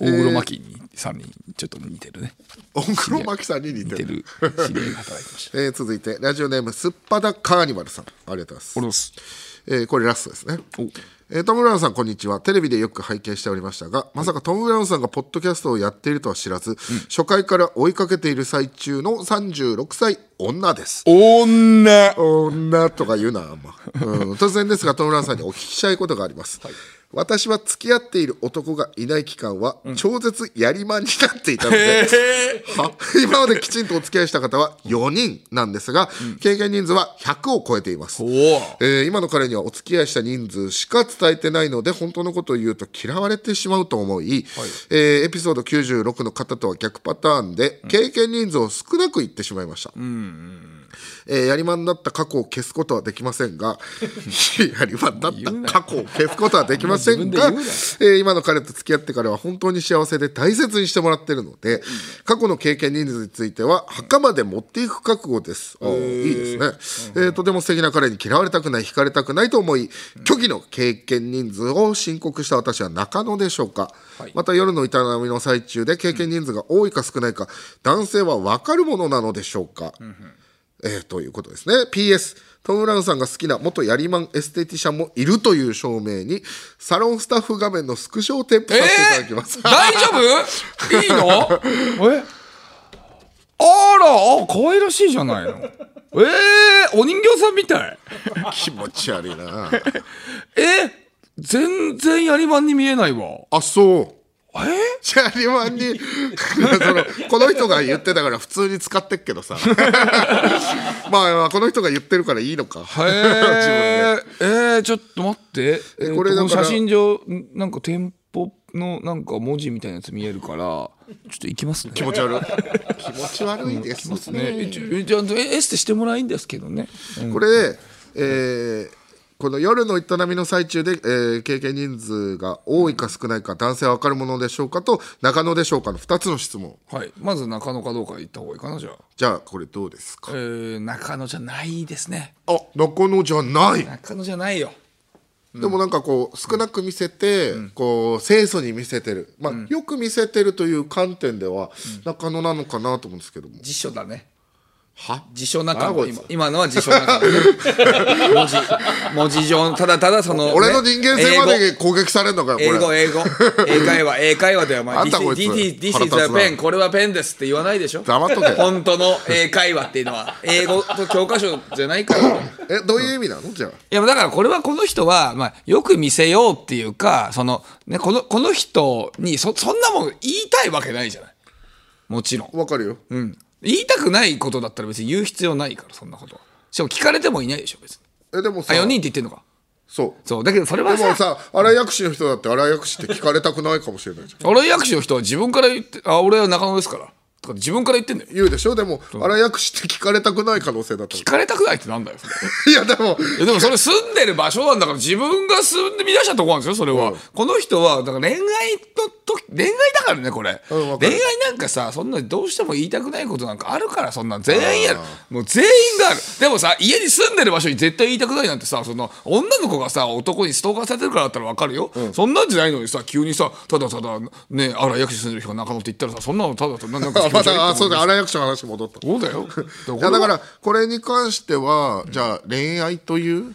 S4: 大黒摩季さんにちょっと似てるね
S3: 大黒摩季さんに似
S4: 似
S3: て
S4: て
S3: る
S4: る知り合いが働いてました
S3: えー続いてラジオネームすっぱだカーニバルさんありがとうございます
S4: 俺です
S3: えーこれラストですね、えートム・ブラウンさんこんにちはテレビでよく拝見しておりましたがまさかトム・ブラウンさんがポッドキャストをやっているとは知らず、初回から追いかけている最中の36歳女です
S4: 女
S3: 女とか言うな、あんまうん、突然ですがトム・ブラウンさんにお聞きしたいことがあります、私は付き合っている男がいない期間は超絶やりまんになっていたので、は今まできちんとお付き合いした方は4人なんですが、経験人数は100を超えています、えー今の彼にはお付き合いした人数しか伝えてないので本当のことを言うと嫌われてしまうと思い、えーエピソード96の方とは逆パターンで経験人数を少なく言ってしまいました、えーやりまんだった過去を消すことはできませんが やりまんだった過去を消すことはできませんが、えー今の彼と付き合ってからは本当に幸せで大切にしてもらってるので過去の経験人数については墓まで持っていく覚悟です、あーいいですね、えーとても素敵な彼に嫌われたくない惹かれたくないと思い虚偽の経験人数を申告した私は中野でしょうか、また夜の営みの最中で経験人数が多いか少ないか男性は分かるものなのでしょうか、えーということですね。PS、トム・ブラウンさんが好きな元ヤリマンエステティシャンもいるという証明に、サロンスタッフ画面のスクショを添付させていただきます。
S4: 大丈夫いいのえあらあ可愛らしいじゃないのえー、お人形さんみたい
S3: 気持ち悪いな。
S4: え全然やりまんに見えない わ
S3: あ、そう。
S4: え
S3: ヤリマンに その、この人が言ってたから普通に使ってっけど さ。まあまあ、この人が言ってるからいいのか。
S4: へ
S3: 自分
S4: ええー、ちょっと待って、え
S3: こ
S4: こ
S3: れ
S4: れ
S3: だから
S4: 写真上んなんか店舗のなんか文字みたいなやつ見えるからちょっと行きますね気持ち悪
S3: で気持ち悪いです。
S4: いねえちょえちゃんとえエステしてもらいんですけどね、うん
S3: これ、えーこの夜の営みの最中で、えー経験人数が多いか少ないか男性は分かるものでしょうかと中野でしょうかの2つの質問
S4: はいまず中野かどうか行った方がいいかなじゃあ
S3: じゃあこれどうですか
S4: えー、中野じゃないですね
S3: あ中野じゃない、
S4: 中野じゃないよ
S3: でもなんかこう少なく見せて、こう清楚に見せてる、まあよく見せてるという観点では中野なのかなと思うんですけども、
S4: 辞書だね
S3: は
S4: 辞書中
S3: あこ
S4: 野
S3: いつ
S4: 今今のは辞書中野文字文字上のただただそ の、
S3: 俺の
S4: ね
S3: 人間性まで攻撃されるのかよこれ
S4: 英語英語英会話英会話ではま
S3: あ
S4: あ
S3: ん
S4: This
S3: たこいつ
S4: this- this
S3: 腹
S4: is
S3: 立つな
S4: a pen これはペンですって言わないでしょ
S3: 黙っとけ
S4: 本当の英会話っていうのは英語と教科書じゃないからい
S3: えどういう意味なのじゃあ
S4: やだからこれはこの人は、まあ、よく見せようっていうかその、ね、このこの人にそそんなもん言いたいわけないじゃないもちろん、
S3: 分かるよ、
S4: うん、言いたくないことだったら別に言う必要ないからそんなことはしかも聞かれてもいないでしょ別に
S3: えでも
S4: あ
S3: さ
S4: 4人って言ってんのか
S3: そう
S4: そうだけどそれは
S3: でも
S4: さ
S3: さ荒井薬師の人だって荒井薬師って聞かれたくないかもしれないじゃん
S4: 俺役所の人は自分から言って「あ俺は中野ですから」ととか自分から言ってんだよ
S3: 言うでしょでもあらやくして聞かれたくない可能性だと
S4: 聞かれたくないってなんだよそれ
S3: いやでも
S4: いやでもそれ住んでる場所なんだから自分が住んで見出したとこなんですよそれは、この人はだから恋愛の時恋愛だからねこれ、
S3: うんわか
S4: 恋
S3: る
S4: 愛なんかさそんなどうしても言いたくないことなんかあるからそんなん全員やるもう全員があるでもさ家に住んでる場所に絶対言いたくないなんてさその女の子がさ男にストーカーされてるからだったらわかるよ、そんなんじゃないのにさ急にさただただねあら役所住んでる人が中野って言ったらさそんなのただただなんか気持ち
S3: ま
S4: 悪いと思
S3: たあそうだ
S4: う
S3: 荒役所の話戻った
S4: そうだよ
S3: いやだからこれに関してはじゃあ恋愛という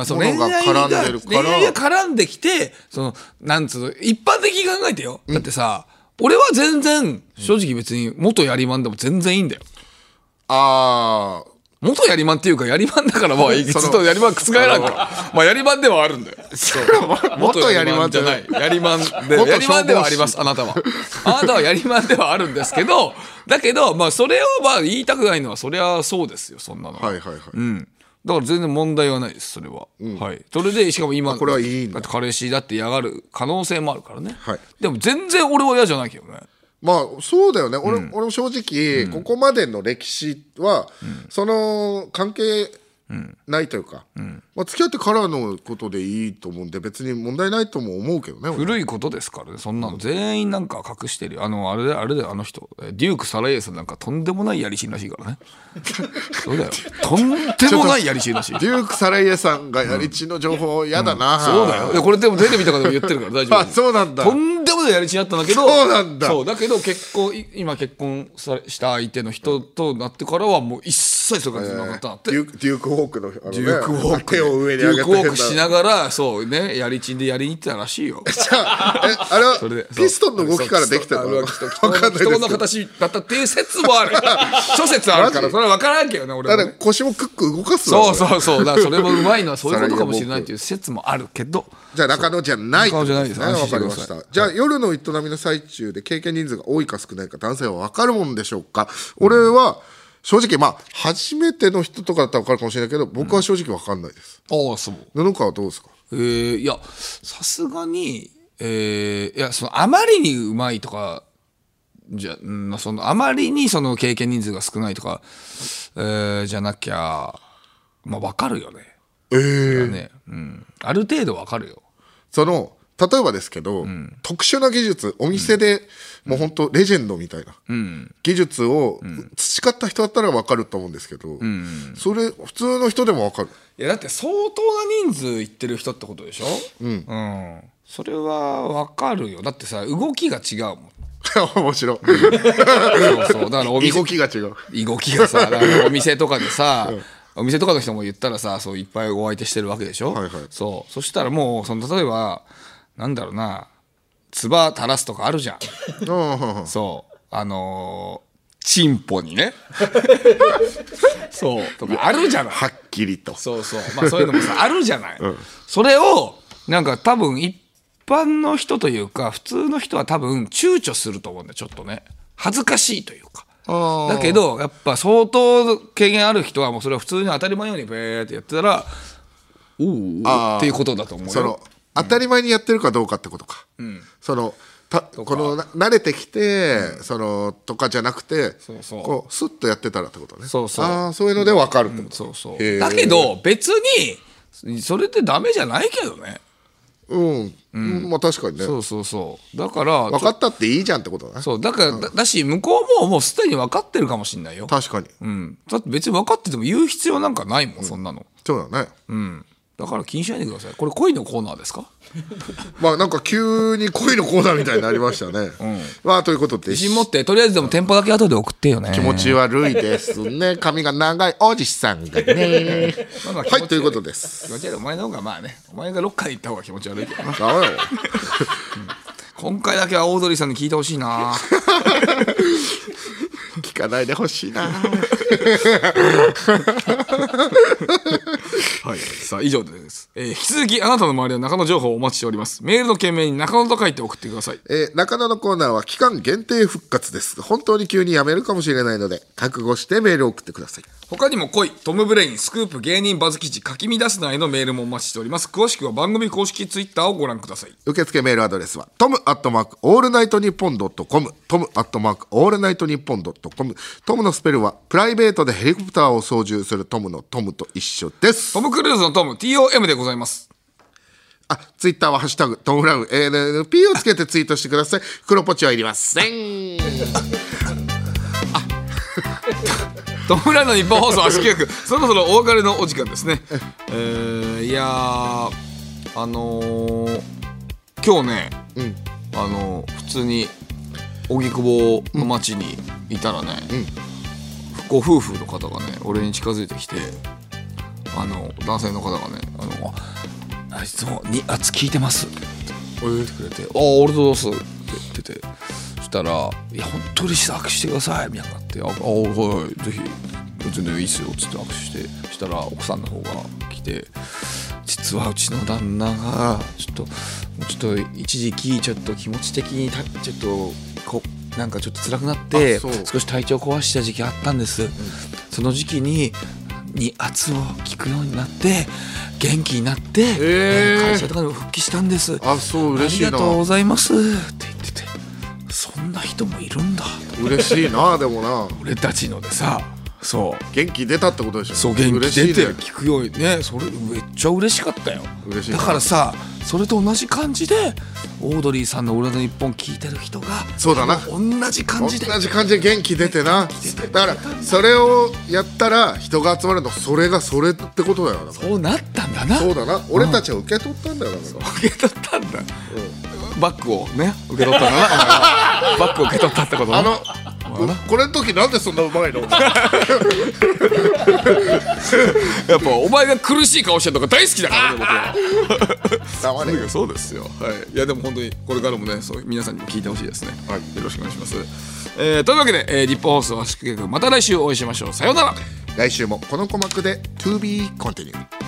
S3: も
S4: あ、そ
S3: の
S4: の
S3: が
S4: 恋愛
S3: 絡
S4: が
S3: んでるから
S4: 恋愛が絡んできてそのなんつうの一般的に考えてよだってさ、俺は全然正直別に元やりまんでも全然いいんだよ
S3: あ
S4: 元やりまんっていうかやりまんだからま あいいず
S3: その
S4: っとやりまん覆らんからまあやりまんではあるんだよ 元やりまんじゃないやりまんで
S3: 元消防士
S4: やりまんではありますあなたはあなたはやりまんではあるんですけどだけどまあそれをまあ言いたくないのはそりゃそうですよそんなの
S3: あはいはいはい、
S4: うん。だから全然問題はないです、それは。はい。それで、しかも今、
S3: これはいいんだ
S4: だって彼氏だって嫌がる可能性もあるからね。
S3: はい
S4: でも全然俺は嫌じゃないけどね。
S3: まあそうだよね俺,、俺も正直、ここまでの歴史は、その関係ないというか、まあ、付き合ってからのことでいいと思うんで別に問題ないとも思うけどね俺
S4: 古いことですからね、そんなの全員なんか隠してるよ。あの、あれだよ、あれだよ、あの人。えデューク・サライエスなんかとんでもないやりしんらし いからね。そうだよ。とんでもないやりしんらしい。
S3: デューク・サライエさんがやりちの情報嫌だな、
S4: そうだよ。いやこれでもテレビとかでも言ってるから大 丈夫。
S3: あそうなんだ
S4: とんでもないやりちんあったんだけど。
S3: そうなんだ
S4: そうだけど結婚い今結婚されした相手の人となってからはもう一切そういう感じなかったなって。
S3: デュークデューク・ホークのあの、ね、
S4: デュークウォーク、
S3: 手を上に
S4: デ
S3: 上
S4: ュ
S3: げて
S4: ークウォークしながら、そうね、やりちんでやりに行ってたらしいよ。
S3: じゃあえあれ
S4: それで
S3: は、 ピストンの動きから
S4: そう
S3: できてる
S4: あ
S3: の
S4: れは
S3: 分
S4: きっと
S3: かんないですけ
S4: 人
S3: ど
S4: の形だったっていう説もある。 諸説あるから、
S3: マジ
S4: それは分からんけどね、俺
S3: だ
S4: は
S3: か
S4: ね、
S3: ら腰もクック動かすわ
S4: そうそうそう、だからそれもうまいのはそういうことかもし
S3: サラリ
S4: れない
S3: ーマン
S4: っていう説もあるけど。
S3: じゃあ中野じゃない
S4: 中野じゃないです
S3: わ
S4: 安心し
S3: か
S4: てく
S3: り
S4: だ
S3: ま
S4: さい
S3: した。じゃあ夜の営みの最中で経験人数が多いか少ないか男性はわかるもんでしょうか。俺は正直まあ初めての人とかだったらわかるかもしれないけど、僕は正直わかんないです。
S4: ああ、そう。
S3: 布川はどうですか。
S4: えーいや、さすがに、えーいや、その、あまりにうまいとか、じゃ、うんその、あまりにその経験人数が少ないとか、えーじゃなきゃ、まあ、わかるよね。
S3: ええ
S4: ね、うん。ある程度わかるよ。
S3: その例えばですけど、特殊な技術お店で、もう本当レジェンドみたいな、技術を培った人だったらわかると思うんですけど、それ普通の人でもわかる。
S4: いや、だって相当な人数いってる人ってことでしょうん。うん。それはわかるよ。だってさ、動きが違うもん。
S3: 面白い。
S4: そうそう。だからお店
S3: 動きが違う。
S4: 居心地がさだからお店とかでさ、お店とかの人も言ったらさそういっぱいお相手してるわけでしょ、
S3: はいはい
S4: そうそしたらもうその例えばなんだろうな唾垂らすとかある じゃん
S3: うん
S4: そうあのーチンポにねそうとかあるじゃな い
S3: はっきりと。
S4: そうそうまあそういうのも さあるじゃない、それをなんか多分一般の人というか普通の人は多分躊躇すると思うんだよちょっとね恥ずかしいというかだけどやっぱ相当経験ある人はもうそれは普通に当たり前のようにベーってやってたらおーおーっていうことだと思うよ
S3: その当たり前にやってるかどうかってことか、そのたこのな慣れてきて、そのとかじゃなくて
S4: そうそう
S3: こうスッとやってたらってことね
S4: そうそう
S3: あーそういうので分かるってこと、
S4: そうそ
S3: へー
S4: うだけど別にそれってダメじゃないけどね
S3: うん、うんまあ確かにね
S4: そうそうそうだから
S3: 分かったっていいじゃんってことだね
S4: そうだからだだし向こうももうすでに分かってるかもしれないよ
S3: 確かに、
S4: うん、だって別に分かってても言う必要なんかないもん、そんなの、
S3: そうだね、
S4: うん、だから気にしないでくださいこれ恋のコーナーですか
S3: まあなんか急に恋のコーナーみたいになりました ね、まあということで
S4: 自信持ってとりあえずでも店舗だけ後で送ってよね
S3: 気持ち悪いです ね髪が長いおじさんがね
S4: まあまあ気
S3: は
S4: 持ち悪
S3: いということ です
S4: 気持ち悪いお前の方がまあねお前がロッカーに行った方が気持ち悪いけどな
S3: ダメだよ
S4: 今回だけはオードリーさんに聞いてほしいな
S3: 聞かないでほしいな
S4: はいさあ以上です、えー引き続きあなたの周りの中野情報をお待ちしておりますメールの件名に中野と書いて送ってください
S3: えー中野のコーナーは期間限定復活です。本当に急にやめるかもしれないので、覚悟してメールを送ってください。
S4: 他にも恋、トム・ブレイン、スクープ、芸人バズ記事、書き乱すなへのメールもお待ちしております。詳しくは番組公式ツイッターをご覧ください。
S3: 受付メールアドレスはトムアットマークオールナイトニッポンドットコムトムアットマークオールナイトニッポンドットコムトムのスペルはプライベートでヘリコプターを操縦するトムのトムと一緒です
S4: トム・クルーズのトム、TOM でございます。
S3: あツイッターはハッシュタグトムラウン ANNP をつけてツイートしてください黒ポチはいりません
S4: トム・ブラウンの日本放送足利 くそろそろお別れのお時間ですね。えー、いやー、あのー、今日ね、あのー普通に荻窪の町にいたらね、ご夫婦の方がね、俺に近づいてきて、あの男性の方がね、あのあいつもにあつ聞いてますって言ってくれて、ああー、俺とどうすって言ってて、そしたら、いや、本当に握手してくださいみたいになって、ああ、はいはい、ぜひ、全然いいっすよっつって握手して、そしたら、奥さんの方が来て、実はうちの旦那が、ちょっと、もうちょっと一時期、ちょっと気持ち的にた、ちょっと、こなんかちょっと辛くなって
S3: あそう
S4: 少し体調壊した時期あったんです、その時期にに圧を聞くようになって元気になって、えー会社とかにも復帰したんです
S3: あそう嬉しいな
S4: ありがとうございますって言っててそんな人もいるんだ
S3: 嬉しいなでもな
S4: 俺たちのでさそう
S3: 元気出たってことでしょ
S4: そう元気
S3: 嬉し
S4: 出
S3: いね
S4: て聞くようにねそれめっちゃ嬉しかったよ
S3: 嬉しいな
S4: だからさそれと同じ感じでオードリーさんの「俺の日本聞いてる人が
S3: そうだな
S4: 同じ感
S3: 同
S4: じで
S3: じ感じで元気出てなだからそれをやったら人が集まるのそれがそれってことだよな
S4: そうなったんだな
S3: そうだな俺たちは受け取ったんだよだから
S4: 受け取ったんだ、バッグをね受け取ったんだ なお前はバッグを受け取ったってことな
S3: あのここれの時なんでそんなうまいの
S4: やっぱお前が苦しい顔してるとか大好きだからね僕は
S3: 黙れよ
S4: そうですよ、はい、いやでも本当にこれからもねそう皆さんにも聞いてほしいですね、はい、よろしくお願いします、えーというわけで、えー、日本放送は宿また来週お会いしましょうさようなら
S3: 来週もこの鼓膜で To be continued